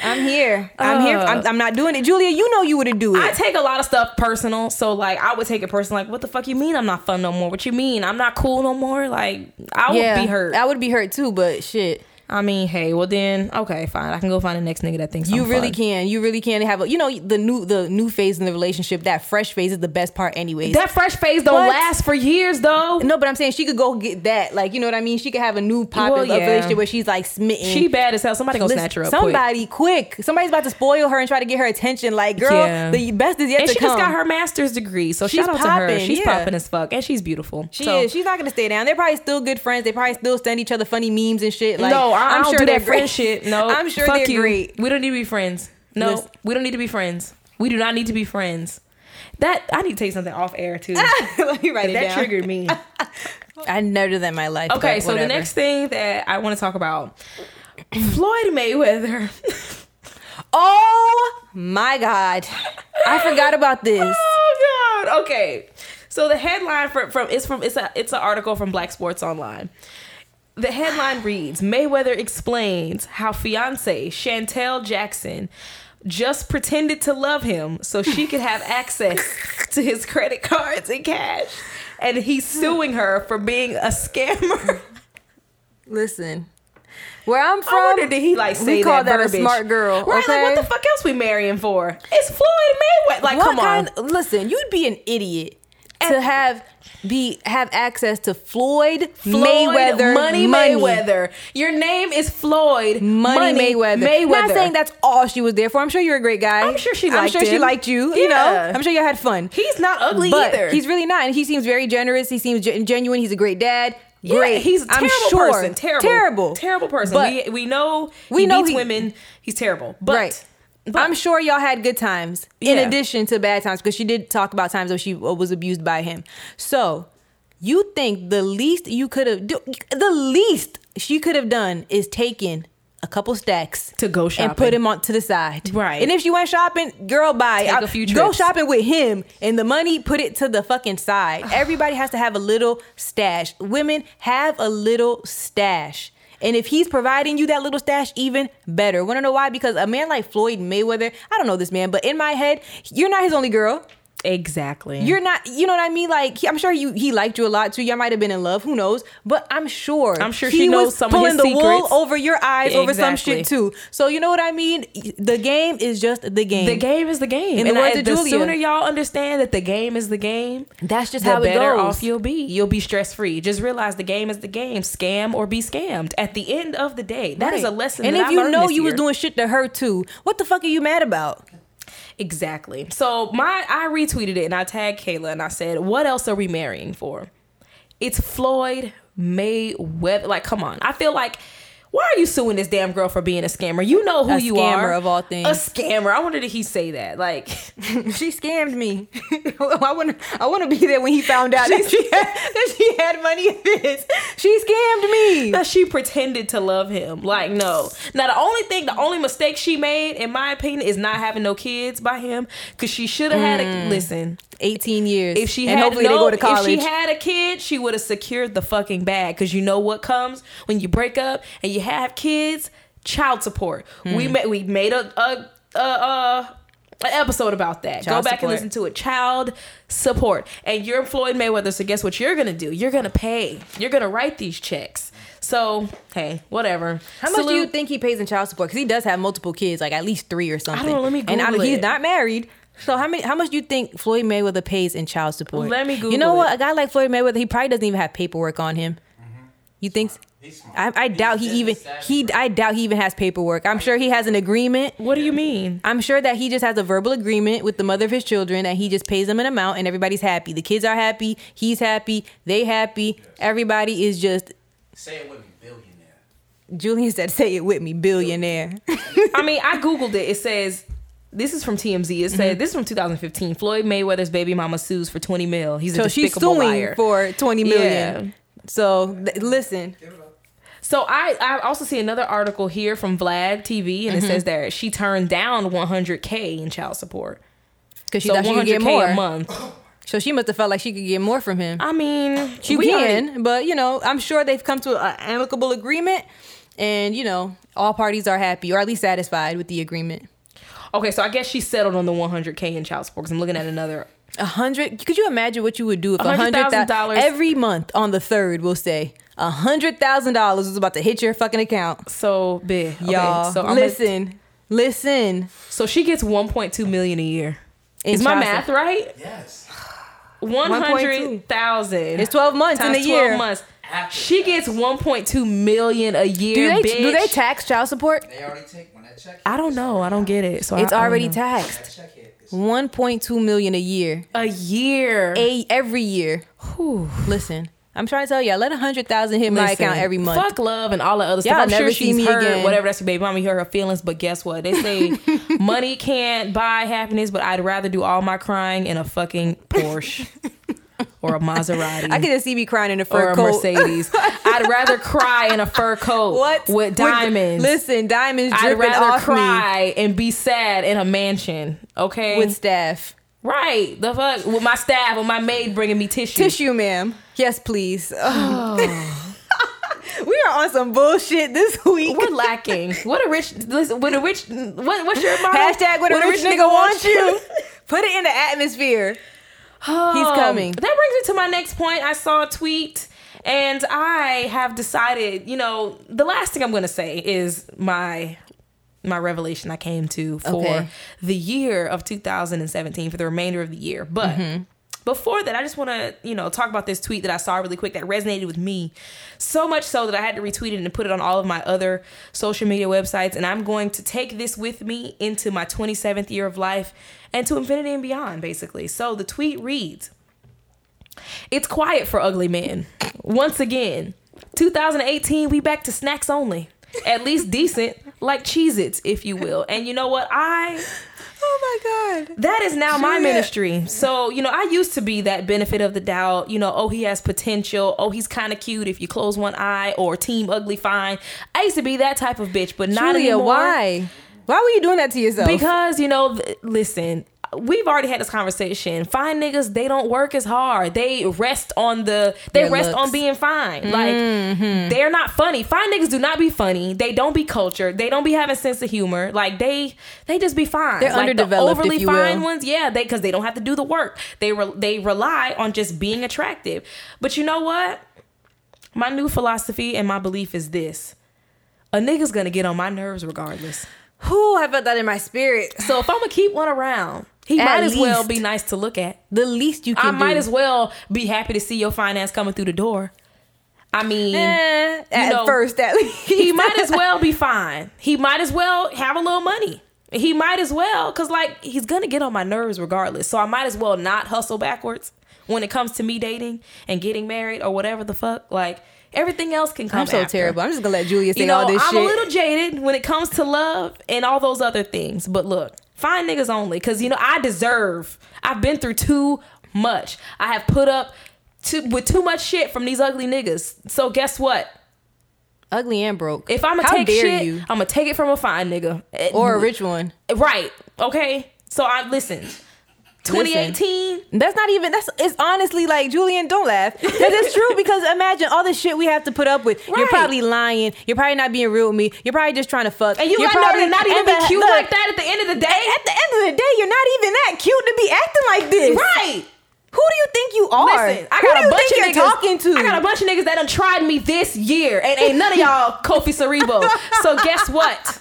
S1: I'm here. I'm here. I'm, I'm not doing it, Julia. You know you would have do it.
S2: Oh. I take a lot of stuff personal, so like I would take it personal. Like, what the fuck you mean I'm not fun no more? What you mean I'm not cool no more? Like I would be hurt.
S1: I would be hurt too. But shit,
S2: I mean, hey, well then, okay, fine. I can go find the next nigga that thinks
S1: you
S2: I'm
S1: really
S2: fun.
S1: can. You really can have a. You know the new the new phase in the relationship. That fresh phase is the best part, anyways.
S2: That fresh phase don't
S1: What?
S2: last for years though.
S1: no, but I'm saying she could go get that. Like, you know what I mean? She could have a new popular
S2: Well, yeah.
S1: relationship where she's like smitten.
S2: She bad as hell. Somebody gonna
S1: Listen,
S2: snatch her up. quick.
S1: somebody quick. Somebody's about to spoil her and try to get her attention. Like, girl,
S2: Yeah.
S1: the best is yet
S2: And
S1: to
S2: she
S1: come.
S2: just got her master's degree, so
S1: She's
S2: shout out to her.
S1: popping,
S2: She's
S1: yeah.
S2: popping as fuck, and she's beautiful.
S1: She
S2: So-
S1: is. She's not gonna stay down. They're probably still good friends. They probably still send each other funny memes and shit. Like,
S2: no, I,
S1: I'm
S2: don't
S1: sure
S2: do
S1: they're
S2: that friend
S1: great.
S2: shit. No,
S1: I'm sure
S2: fuck
S1: they're
S2: you.
S1: great.
S2: We don't need to be friends. No,
S1: Listen.
S2: we don't need to be friends. We do not need to be friends. That I need to tell you something off air too.
S1: Let me write it
S2: that
S1: down.
S2: triggered me.
S1: I never did that in my life.
S2: Okay,
S1: but
S2: so the
S1: whatever.
S2: next thing that I want to talk about, Floyd Mayweather.
S1: Oh my god, I forgot about this.
S2: oh God. Okay, so the headline from, from it's from it's a it's an article from Black Sports Online. The headline reads: Mayweather explains how fiance Chantel Jackson just pretended to love him so she could have access to his credit cards and cash, and he's suing her for being a scammer.
S1: Listen, where I'm from,
S2: I wonder did he like say
S1: we call that,
S2: verbiage.
S1: a smart girl.
S2: Right?
S1: okay?
S2: Like, what the fuck else we marrying for? It's Floyd Mayweather. Like,
S1: What
S2: come on.
S1: kind- Listen, you'd be an idiot to have be have access to Floyd,
S2: Floyd
S1: Mayweather
S2: Money, Mayweather. Your name is Floyd
S1: Money, Mayweather. Not saying that's all she was there for. I'm sure you're a great guy.
S2: I'm sure she
S1: I'm
S2: liked
S1: sure she
S2: him.
S1: liked you. You know,
S2: Yeah.
S1: I'm sure you had fun.
S2: he's not ugly
S1: but
S2: either.
S1: he's really not. And he seems very generous. He seems gen- genuine. He's a great dad.
S2: Yeah,
S1: Great.
S2: he's a terrible
S1: I'm sure.
S2: person. Terrible,
S1: Terrible.
S2: terrible person.
S1: But
S2: we we know
S1: we
S2: he
S1: know
S2: beats
S1: he-
S2: women. He's terrible. But,
S1: right.
S2: but
S1: I'm sure y'all had good times in
S2: Yeah.
S1: addition to bad times because she did talk about times that she uh, was abused by him. So you think the least you could have do the least she could have done is taken a couple stacks
S2: To go
S1: and put
S2: shopping.
S1: him on to the side,
S2: Right.
S1: And if she went shopping, girl, buy
S2: Take
S1: I-
S2: a few
S1: go
S2: trips.
S1: shopping with him and the money put it to the fucking side. Everybody has to have a little stash. Women have a little stash. And if he's providing you that little stash, even better. Wanna know why? Because a man like Floyd Mayweather, I don't know this man, but in my head, you're not his only girl.
S2: exactly.
S1: You're not, you know what I mean? Like, he- I'm sure you he liked you a lot too. Y'all might have been in love, who knows? But I'm sure,
S2: I'm sure
S1: he
S2: she knows
S1: was
S2: some of
S1: pulling
S2: his
S1: the
S2: secrets.
S1: wool over your eyes over some
S2: Exactly.
S1: shit too. So you know what I mean? The game is just the game.
S2: the game is the game.
S1: In the
S2: and
S1: words
S2: I,
S1: of
S2: the
S1: Julia.
S2: sooner y'all understand that the game is the game,
S1: That's just
S2: the
S1: how it
S2: better
S1: goes.
S2: off you'll be. You'll be stress free. Just realize the game is the game. Scam or be scammed. At the end of the day, that is
S1: Right.
S2: a lesson.
S1: And
S2: that
S1: if
S2: I
S1: you
S2: learned
S1: know
S2: this
S1: you was
S2: year.
S1: doing shit to her too, what the fuck are you mad about?
S2: exactly, so my I retweeted it and I tagged Kayla and I said, "What else are we marrying for?" It's Floyd Mayweather. Like, come on. I feel like. Why are you suing this damn girl for being a scammer? You know who
S1: A
S2: you
S1: scammer
S2: are.
S1: of all
S2: A
S1: things.
S2: scammer. I wonder did he say that? Like,
S1: she scammed me. I want to. I want to be there when he found out that she had, that she had money of his. She scammed me.
S2: that she pretended to love him. Like, no. Now, the only thing, the only mistake she made, in my opinion, is not having no kids by him, because she should have had
S1: Mm.
S2: a listen.
S1: 18 years.
S2: If she
S1: and
S2: had
S1: hopefully
S2: no,
S1: they go to college.
S2: if she had a kid, she would have secured the fucking bag. Because you know what comes when you break up and you have kids? Child support. We
S1: Hmm.
S2: made we made a a a. a an episode about
S1: Child
S2: that. Go back and
S1: support.
S2: listen to it. Child support. And you're Floyd Mayweather, so guess what you're gonna do? You're gonna pay. You're gonna write these checks. So hey, whatever.
S1: How much do you
S2: Salute.
S1: think he pays in child support? Because he does have multiple kids, like at least three or something.
S2: know, let me
S1: and
S2: Google
S1: he's
S2: it.
S1: not married. So how many? How much do you think Floyd Mayweather pays in child support?
S2: Let me
S1: You
S2: Google
S1: know what?
S2: it.
S1: A guy like Floyd Mayweather, he probably doesn't even have paperwork on him. You think?
S3: Mm-hmm. He's smart.
S1: I, I
S3: He's
S1: doubt he
S3: just
S1: even
S3: established.
S1: he. I doubt he even has paperwork. I'm sure he has an agreement.
S2: What do you mean?
S1: I'm sure that he just has a verbal agreement with the mother of his children and he just pays them an amount and everybody's happy. The kids are happy, he's happy, they happy. Everybody is just
S3: Say it with me, billionaire.
S1: Julian said say it with me, billionaire.
S2: I mean, I googled it. It says this is from TMZ. It
S1: Mm-hmm.
S2: said this is from 2015. Floyd Mayweather's baby mama sues for 20 mil. He's a
S1: so she's
S2: despicable
S1: suing
S2: liar.
S1: for 20 million.
S2: Yeah.
S1: So th- listen,
S2: so I I also see another article here from Vlad TV,
S1: Mm-hmm.
S2: and it says that she turned down 100k in child support.
S1: because she
S2: So
S1: thought she could get
S2: 100k
S1: more.
S2: a month.
S1: So she must have felt like she could get more from him.
S2: I mean,
S1: She
S2: we
S1: can,
S2: already-
S1: but you know, I'm sure they've come to an amicable agreement and you know, all parties are happy or at least satisfied with the agreement.
S2: okay, so I guess she settled on the 100k in child support. Because I'm looking at another.
S1: A hundred. Could you imagine what you would do if a hundred thousand
S2: $100,000
S1: dollars every month on the third? We'll say a hundred thousand dollars is about to hit your fucking account,
S2: So big, okay,
S1: y'all.
S2: so I'm gonna-
S1: listen, listen.
S2: so she gets 1.2 million a year.
S1: In
S2: Is my
S1: child
S2: math right?
S3: Yes.
S2: 100,000.
S1: It's twelve months in a
S2: times
S1: year.
S2: 12 months.
S3: After
S2: She
S3: that,
S2: gets 1.2 million a year.
S1: Do they
S2: bitch.
S1: do they tax child support?
S3: They already take when that check.
S2: I don't know. I don't get it. So
S1: It's
S2: I, I
S1: already
S2: don't know.
S3: That
S1: taxed.
S3: check hit. It's
S1: One point two million a year,
S2: a year.
S1: a every year.
S2: Whew.
S1: Listen, I'm trying to tell you, I let a hundred thousand hit my account
S2: Listen,
S1: every month.
S2: Fuck love and all the other stuff.
S1: Y'all
S2: I'm
S1: never
S2: sure
S1: see
S2: she's
S1: me
S2: heard
S1: again.
S2: whatever that's your baby mommy heard her feelings, but guess what? They say money can't buy happiness, but I'd rather do all my crying in a fucking Porsche or a Maserati.
S1: I could just see me crying in a fur
S2: or a
S1: coat.
S2: Mercedes. I'd rather cry in a fur coat
S1: What
S2: with diamonds.
S1: listen, diamonds
S2: I'd
S1: dripping
S2: rather
S1: off me
S2: cry and be sad in a mansion. Okay,
S1: with staff
S2: right? The fuck with my staff, with my maid bringing me tissue.
S1: tissue, ma'am. Yes, please. Oh. we are on some bullshit this week.
S2: We're lacking. What a rich. Listen, what a rich. What, what's your motto?
S1: Hashtag what a rich, nigga, wants you. Put it in the atmosphere. He's
S2: Um,
S1: coming.
S2: That brings me to my next point. I saw a tweet and I have decided, you know, the last thing I'm going to say is my my revelation I came to for
S1: Okay.
S2: the year of 2017 for the remainder of the year. But before that, I just want to, you know, talk about this tweet that I saw really quick that resonated with me so much so that I had to retweet it and put it on all of my other social media websites and I'm going to take this with me into my 27th year of life and to infinity and beyond basically. So the tweet reads it's quiet for ugly men. Once again, 2018, we back to snacks only. At least decent, like Cheez Its, if you will. And you know what? I
S1: Oh my god.
S2: that is now my
S1: Shit.
S2: ministry. So, you know, I used to be that benefit of the doubt, you know, oh, he has potential. Oh, he's kind of cute if you close one eye or team ugly fine. I used to be that type of bitch, but not
S1: Julia,
S2: anymore.
S1: why? Why were you doing that to yourself?
S2: Because you know, th- listen, we've already had this conversation. Fine niggas, they don't work as hard. They rest on the they
S1: Their
S2: rest
S1: looks. Mm-hmm.
S2: on being fine. Like they're not funny. Fine niggas do not be funny. They don't be cultured. They don't be having sense of humor. Like they they just be fine.
S1: They're
S2: like
S1: underdeveloped,
S2: The overly
S1: if you
S2: fine
S1: will.
S2: ones, yeah, they because they don't have to do the work. They re- they rely on just being attractive. But you know what? My new philosophy and my belief is this. A nigga's gonna get on my nerves regardless.
S1: who I felt that in my spirit.
S2: So if I'm gonna keep one around, he
S1: At
S2: might as well
S1: least.
S2: be nice to look at.
S1: The least you can
S2: I
S1: do.
S2: might as well be happy to see your finance coming through the door. I mean,
S1: Eh, at
S2: know,
S1: first, at least
S2: he might as well be fine. He might as well have a little money. He might as well, cause like he's gonna get on my nerves regardless. So I might as well not hustle backwards when it comes to me dating and getting married or whatever the fuck. Like everything else can come.
S1: I'm so
S2: after
S1: terrible. I'm just gonna let Julia say
S2: you know,
S1: all this
S2: I'm
S1: shit.
S2: a little jaded when it comes to love and all those other things. But look, fine niggas only, because you know I deserve. I've been through too much. I have put up too, with too much shit from these ugly niggas. So guess what?
S1: Ugly and broke.
S2: If I'm gonna
S1: How
S2: take
S1: dare
S2: shit,
S1: you?
S2: I'm gonna take it from a fine nigga Eh,
S1: or a rich one.
S2: right? Okay. So I listen. 2018.
S1: That's not even. That's it's honestly like Julian. Don't laugh. That is true because imagine all the shit we have to put up with. You're
S2: Right.
S1: probably lying. You're probably not being real with me. You're probably just trying to fuck.
S2: And you
S1: You're
S2: got nerve
S1: probably
S2: to not even
S1: and
S2: be
S1: the-
S2: cute
S1: look,
S2: like that at the end of the day.
S1: At the end of the day, you're not even that cute to be acting like this.
S2: right.
S1: Who do you think you are?
S2: Listen, I
S1: Who
S2: got
S1: do
S2: a
S1: you
S2: bunch
S1: think
S2: of
S1: you're
S2: niggas.
S1: talking to.
S2: I got a bunch of niggas that done tried me this year, and ain't none of y'all Kofi Cerebo. So guess what?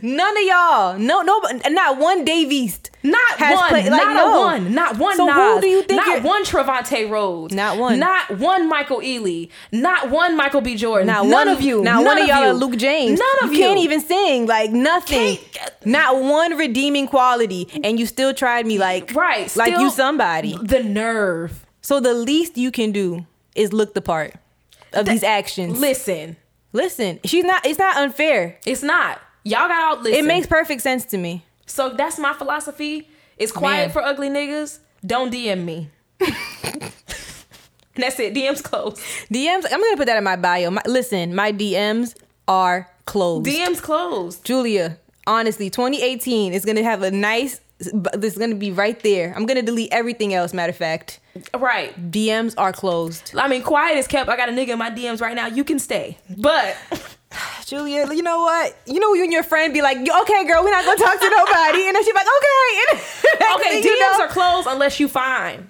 S1: None of y'all. No, no, not one Dave East.
S2: Not
S1: Has
S2: one,
S1: played- like,
S2: not
S1: no.
S2: a one, not one.
S1: So
S2: Nas,
S1: who do you think
S2: Not
S1: you're-
S2: one Trevante Rhodes.
S1: Not one.
S2: Not one Michael Ealy. Not one Michael B. Jordan.
S1: Not
S2: none
S1: one
S2: of you.
S1: Not
S2: none
S1: one of y'all
S2: you.
S1: are Luke James.
S2: None of you.
S1: can't even sing. Like nothing.
S2: Can't-
S1: Not one redeeming quality, and you still tried me. Like
S2: Right,
S1: Like
S2: still-
S1: you somebody.
S2: the nerve.
S1: So the least you can do is look the part of these actions.
S2: Listen,
S1: listen, she's not. It's not unfair.
S2: it's not. Y'all got all. Listen.
S1: It makes perfect sense to me.
S2: So that's my philosophy. It's quiet
S1: Man.
S2: for ugly niggas. Don't DM me. and that's it. DM's closed.
S1: DMs. I'm gonna put that in my bio. My, listen, my DMs are closed.
S2: DM's closed.
S1: Julia, honestly, 2018 is gonna have a nice. This is gonna be right there. I'm gonna delete everything else. Matter of fact,
S2: Right.
S1: DMs are closed.
S2: I mean, quiet is kept. I got a nigga in my DMs right now. You can stay. But
S1: Julia, you know what? You know you and your friend be like, okay, girl, we're not gonna talk to nobody, and then she's like, okay. And
S2: okay, DMs are closed unless you fine.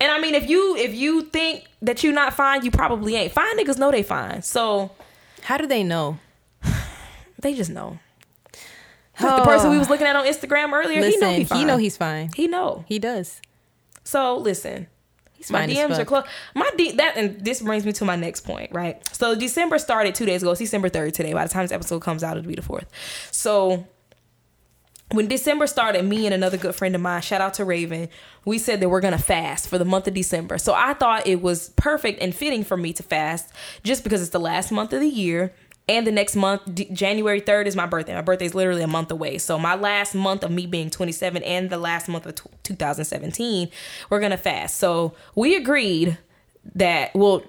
S2: And I mean, if you if you think that you're not fine, you probably ain't. Fine niggas know they fine, so
S1: How do they know?
S2: they just know. Like the person we was looking at on Instagram earlier, he know
S1: Oh. Listen,
S2: he fine.
S1: he know he's fine.
S2: he know.
S1: He does.
S2: So listen,
S1: He's
S2: my
S1: fine as
S2: DMs
S1: fuck.
S2: are closed. My D that and this brings me to my next point, right? So December started two days ago. It's December third today. By the time this episode comes out, it'll be the fourth. So when December started, me and another good friend of mine, shout out to Raven, we said that we're gonna fast for the month of December. So I thought it was perfect and fitting for me to fast just because it's the last month of the year. And the next month, D- January 3rd, is my birthday. My birthday is literally a month away. So, my last month of me being 27 and the last month of tw 2017, we're going to fast. So, we agreed that, well,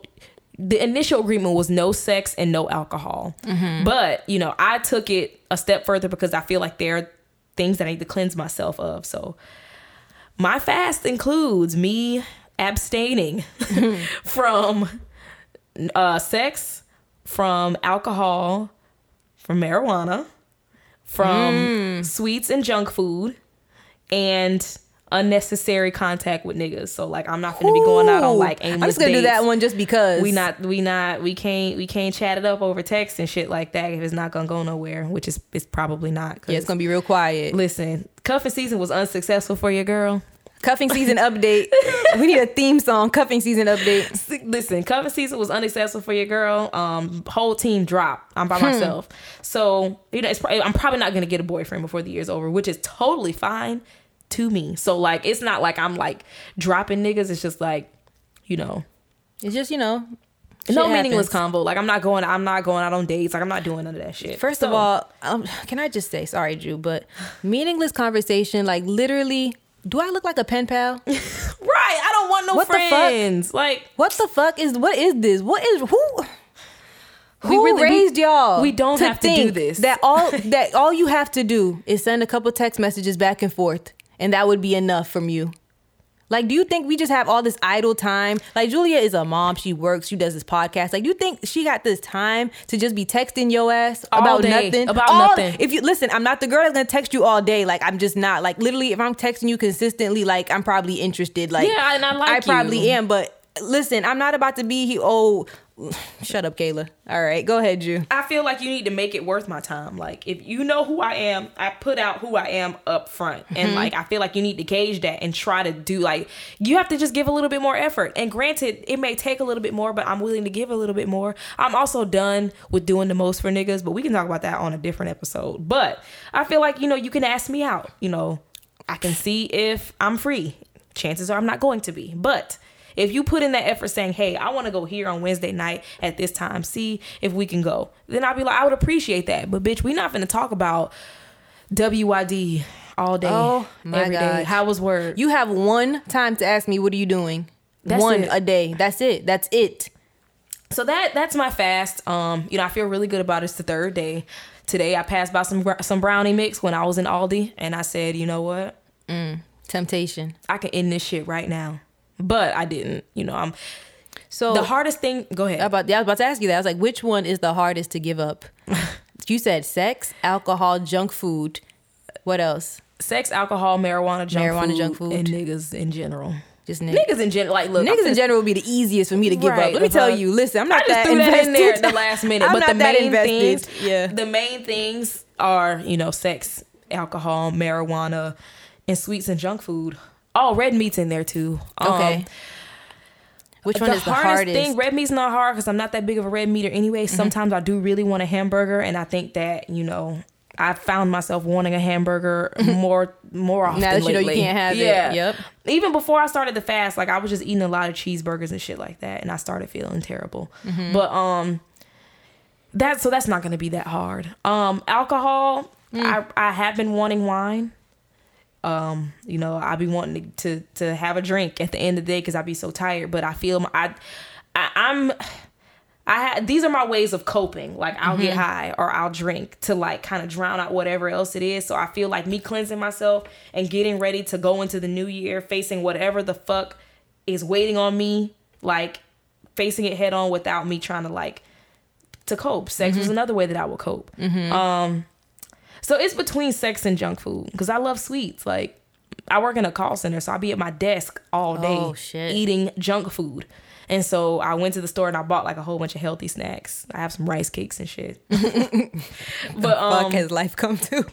S2: the initial agreement was no sex and no alcohol.
S1: Mm-hmm.
S2: But, you know, I took it a step further because I feel like there are things that I need to cleanse myself of. So my fast includes me abstaining from uh, sex, from alcohol, from marijuana, from
S1: Mm.
S2: sweets and junk food, and unnecessary contact with niggas. So like I'm not gonna be going out on like aimless
S1: I'm just gonna do
S2: dates
S1: that one just because
S2: we not we not we can't we can't chat it up over text and shit like that if it's not gonna go nowhere which is it's probably not 'cause-
S1: Yeah, it's gonna be real quiet.
S2: listen cuffing season was unsuccessful for your girl
S1: Cuffing season update. we need a theme song. Cuffing season update.
S2: S- listen cuffing season was unsuccessful for your girl um whole team dropped i'm by
S1: Hmm.
S2: myself so you know it's probably i'm probably not gonna get a boyfriend before the year's over which is totally fine to me so like it's not like i'm like dropping niggas it's just like you know
S1: It's just you know,
S2: no
S1: shit
S2: meaningless
S1: happens.
S2: combo like i'm not going i'm not going out on dates like i'm not doing none of that shit
S1: First of
S2: So-
S1: all, um, can I just say sorry, Drew, but meaningless conversation. Like literally, do I look like a pen pal?
S2: Right. I don't want no
S1: What the fuck?
S2: friends. Like
S1: What the fuck is what is this? What is who?
S2: We
S1: Who
S2: really- we-
S1: raised y'all?
S2: we don't have to do
S1: think
S2: this.
S1: That all that all you have to do is send a couple text messages back and forth, and that would be enough from you. Like, do you think we just have all this idle time? Like, Julia is a mom. She works. She does this podcast. Like, do you think she got this time to just be texting your ass
S2: All
S1: about
S2: day,
S1: nothing?
S2: about
S1: All-
S2: nothing.
S1: If you listen, I'm not the girl that's gonna text you all day. Like, I'm just not. Like, literally, if I'm texting you consistently, like, I'm probably interested. Like,
S2: Yeah, and I like
S1: I
S2: you.
S1: probably am. But listen, I'm not about to be he. Oh, shut up, Kayla. All right, go ahead, Drew.
S2: I feel like you need to make it worth my time. Like if you know who I am, I put out who I am up front.
S1: Mm-hmm.
S2: And like I feel like you need to gauge that and try to do like you have to just give a little bit more effort. And granted, it may take a little bit more, but I'm willing to give a little bit more. I'm also done with doing the most for niggas, but we can talk about that on a different episode. But I feel like, you know, you can ask me out, you know. I can see if I'm free. Chances are I'm not going to be. But if you put in that effort saying, hey, I want to go here on Wednesday night at this time, see if we can go, then I'd be like, I would appreciate that. But bitch, we not finna talk about WYD all day.
S1: Oh, my
S2: every day.
S1: God.
S2: How was work?
S1: You have one time to ask me, what are you doing?
S2: That's
S1: one
S2: it.
S1: a day. That's it. That's it.
S2: so that that's my fast. Um, you know, I feel really good about it. It's the third day. Today I passed by some gr- some brownie mix when I was in Aldi and I said, you know what?
S1: Temptation.
S2: I can end this shit right now. But I didn't. You know, I'm
S1: So
S2: the hardest thing go ahead.
S1: Oh. about yeah, I was about to ask you that. I was like, which one is the hardest to give up? you said sex, alcohol, junk food. What else?
S2: sex, alcohol, marijuana, junk
S1: Marijuana,
S2: food,
S1: junk food.
S2: and niggas in general.
S1: Just niggas.
S2: Niggas in general, like look, I'm
S1: Niggas in
S2: finna-
S1: general would be the easiest for me to give
S2: Right,
S1: up. Let me
S2: the
S1: tell
S2: fuck.
S1: you. Listen, I'm not
S2: I just
S1: that
S2: threw
S1: invested.
S2: that in there at the last minute,
S1: I'm
S2: but the
S1: not that
S2: main
S1: invested.
S2: things,
S1: yeah.
S2: the main things are you know sex, alcohol, marijuana, and sweets and junk food. All red meats in there too. Um,
S1: Okay. Which one
S2: the
S1: is the
S2: hardest,
S1: hardest? Mm-hmm.
S2: thing, red meat's not hard because I'm not that big of a red meater anyway. Sometimes I do really want a hamburger, and I think that you know I found myself wanting a hamburger
S1: Mm-hmm.
S2: more more often.
S1: that you know you
S2: lately.
S1: can't have it.
S2: yeah.
S1: Yep.
S2: Even before I started the fast, like I was just eating a lot of cheeseburgers and shit like that, and I started feeling terrible.
S1: Mm-hmm.
S2: But um, that so that's not gonna be that hard. Um, alcohol,
S1: Mm.
S2: I I have been wanting wine um you know i be wanting to, to to have a drink at the end of the day because i be so tired but i feel my, I, I i'm i ha- these are my ways of coping like i'll get high or i'll drink to like kind of drown out whatever else it is so i feel like me cleansing myself and getting ready to go into the new year facing whatever the fuck is waiting on me like facing it head on without me trying to like to cope sex was
S1: Mm-hmm.
S2: another way that i would cope Um, so it's between sex and junk food because I love sweets. Like I work in a call center, so I be at my desk all day
S1: Oh, shit.
S2: eating junk food. And so I went to the store and I bought like a whole bunch of healthy snacks. I have some rice cakes and shit. but um,
S1: Fuck has life come to?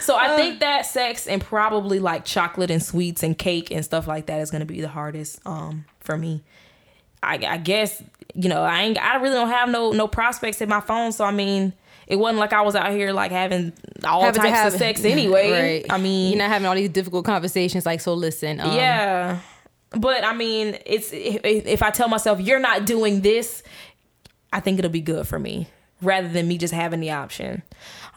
S2: so I
S1: Uh.
S2: think that sex and probably like chocolate and sweets and cake and stuff like that is going to be the hardest um for me. I, I guess you know I ain't I really don't have no no prospects in my phone. So I mean, it wasn't like I was out here like having all
S1: Having to
S2: types
S1: have
S2: of sex anyway.
S1: Right.
S2: I mean,
S1: you're not having all these difficult conversations. Like, so listen, um,
S2: yeah. But I mean, it's if, if I tell myself you're not doing this, I think it'll be good for me rather than me just having the option.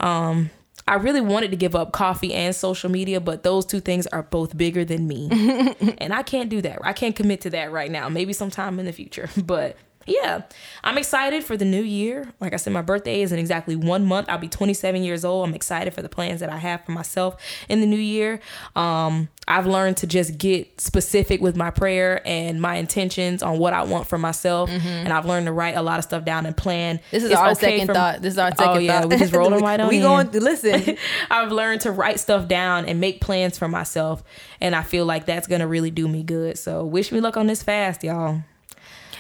S2: Um, I really wanted to give up coffee and social media, but those two things are both bigger than me. and I can't do that. I can't commit to that right now. Maybe sometime in the future. But yeah, I'm excited for the new year. Like I said, my birthday is in exactly one month. I'll be 27 years old. I'm excited for the plans that I have for myself in the new year. Um, I've learned to just get specific with my prayer and my intentions on what I want for myself. And I've learned to write a lot of stuff down and plan.
S1: Mm-hmm. This is
S2: It's
S1: our
S2: okay
S1: second
S2: for-
S1: thought. This is our second
S2: oh, yeah,
S1: thought.
S2: We just rolling right on.
S1: We
S2: in.
S1: going to listen.
S2: I've learned to write stuff down and make plans for myself, and I feel like that's gonna really do me good. So wish me luck on this fast, y'all.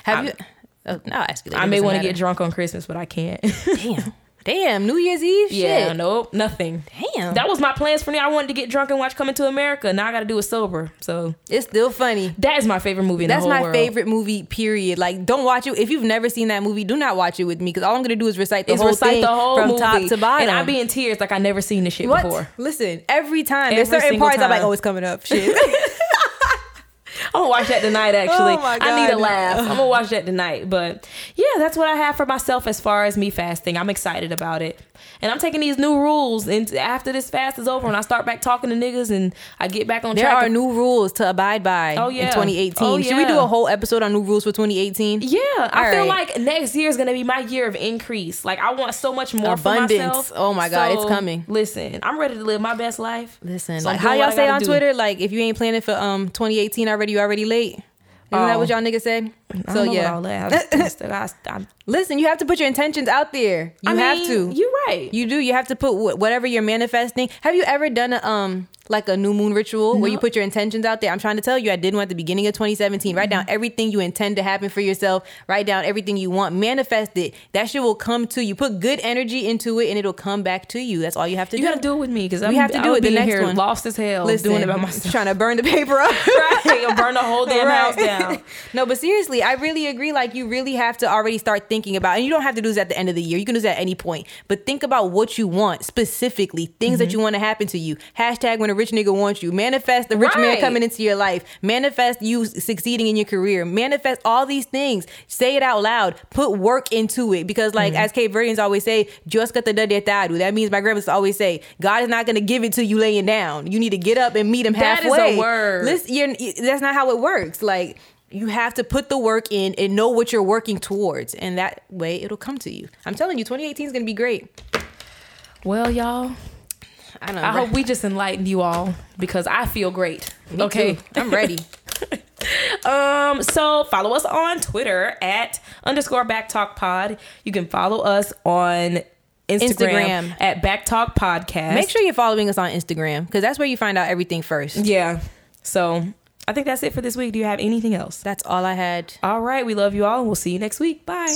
S1: Have
S2: I-
S1: you? Oh, no, I'll ask you. Later.
S2: I
S1: It
S2: may
S1: doesn't
S2: want to
S1: matter.
S2: get drunk on Christmas, but I can't.
S1: Damn. Damn, New Year's Eve?
S2: yeah,
S1: Shit.
S2: nope, nothing.
S1: Damn.
S2: That was my plans for me. I wanted to get drunk and watch Coming to America. Now I got to do it sober. So
S1: it's still funny.
S2: that is my favorite movie. In the
S1: That's
S2: whole
S1: my
S2: world.
S1: favorite movie, period. Like, don't watch it. If you've never seen that movie, do not watch it with me because all I'm going to do is recite the
S2: It's
S1: whole
S2: recite
S1: thing
S2: the whole
S1: from
S2: movie,
S1: top to bottom.
S2: and I be in tears like I never seen this shit
S1: what?
S2: before.
S1: Listen, every time. There's
S2: Every
S1: certain
S2: single
S1: parts I'm like,
S2: time.
S1: oh, it's coming up. Shit.
S2: I'm gonna watch that tonight. Actually,
S1: Oh my
S2: I need a
S1: God.
S2: laugh. I'm gonna watch that tonight. But yeah, that's what I have for myself as far as me fasting. I'm excited about it, and I'm taking these new rules. And after this fast is over, and I start back talking to niggas, and I get back on
S1: there
S2: track.
S1: are new rules to abide by
S2: Oh,
S1: in
S2: yeah.
S1: 2018.
S2: Oh,
S1: Should we do
S2: yeah.
S1: a whole episode on new rules for 2018?
S2: yeah, I
S1: All
S2: feel
S1: right.
S2: like next year is gonna be my year of increase. Like I want so much more
S1: Abundance.
S2: For myself.
S1: Oh my God, it's
S2: So,
S1: coming.
S2: Listen, I'm ready to live my best life.
S1: Listen,
S2: So I'm
S1: like how
S2: doing what
S1: y'all
S2: I
S1: say
S2: gotta
S1: on
S2: do.
S1: Twitter, like if you ain't planning for um 2018 already, you already late. Isn't that
S2: Oh.
S1: what y'all niggas said? So
S2: I don't know
S1: yeah,
S2: about all that. I just- I just- I-
S1: listen, you have to put your intentions out there. You
S2: I
S1: have
S2: mean,
S1: to.
S2: You're right.
S1: You do. You have to put wh- whatever you're manifesting. Have you ever done a um like a new moon ritual where you put your intentions out there? I'm trying to tell you, I did one at the beginning of 2017. Write
S2: Mm-hmm.
S1: down everything you intend to happen for yourself. Write down everything you want. Manifest it. That shit will come to you. Put good energy into it, and it'll come back to you. That's all you have to
S2: You
S1: do.
S2: gotta do it with me because
S1: We
S2: I'm
S1: have to do
S2: I'm
S1: it the
S2: being
S1: next
S2: here
S1: one.
S2: Lost as hell,
S1: Listen,
S2: doing it by myself.
S1: Trying to burn the paper up.
S2: right, and burn the whole damn house
S1: Right.
S2: down.
S1: no, but seriously, I really agree. Like, you really have to already start thinking about, and you don't have to do this at the end of the year. You can do this at any point. But think about what you want specifically, things
S2: Mm-hmm.
S1: that you want to happen to you. Hashtag when a rich nigga wants you. Manifest the rich man
S2: Right.
S1: coming into your life. Manifest you succeeding in your career. Manifest all these things. Say it out loud. Put work into it because, like,
S2: Mm-hmm.
S1: as Cape Verdeans always say, "Just got the dadetadu." That means my grandma's always say, "God is not going to give it to you laying down. You need to get up and meet him
S2: That
S1: halfway."
S2: is a word.
S1: Listen, you're, you- that's not how it works. Like you have to put the work in and know what you're working towards, and that way it'll come to you. I'm telling you, 2018 is gonna be great.
S2: Well, y'all,
S1: I don't know.
S2: I hope we just enlightened you all because I feel great. okay.
S1: I'm ready.
S2: Um, so follow us on Twitter at underscore backtalk pod. You can follow us on Instagram,
S1: Instagram.
S2: at backtalk podcast.
S1: Make sure you're following us on Instagram because that's where you find out everything first.
S2: Yeah. So I think that's it for this week. Do you have anything else?
S1: That's all I had.
S2: All right, we love you all and we'll see you next week. Bye.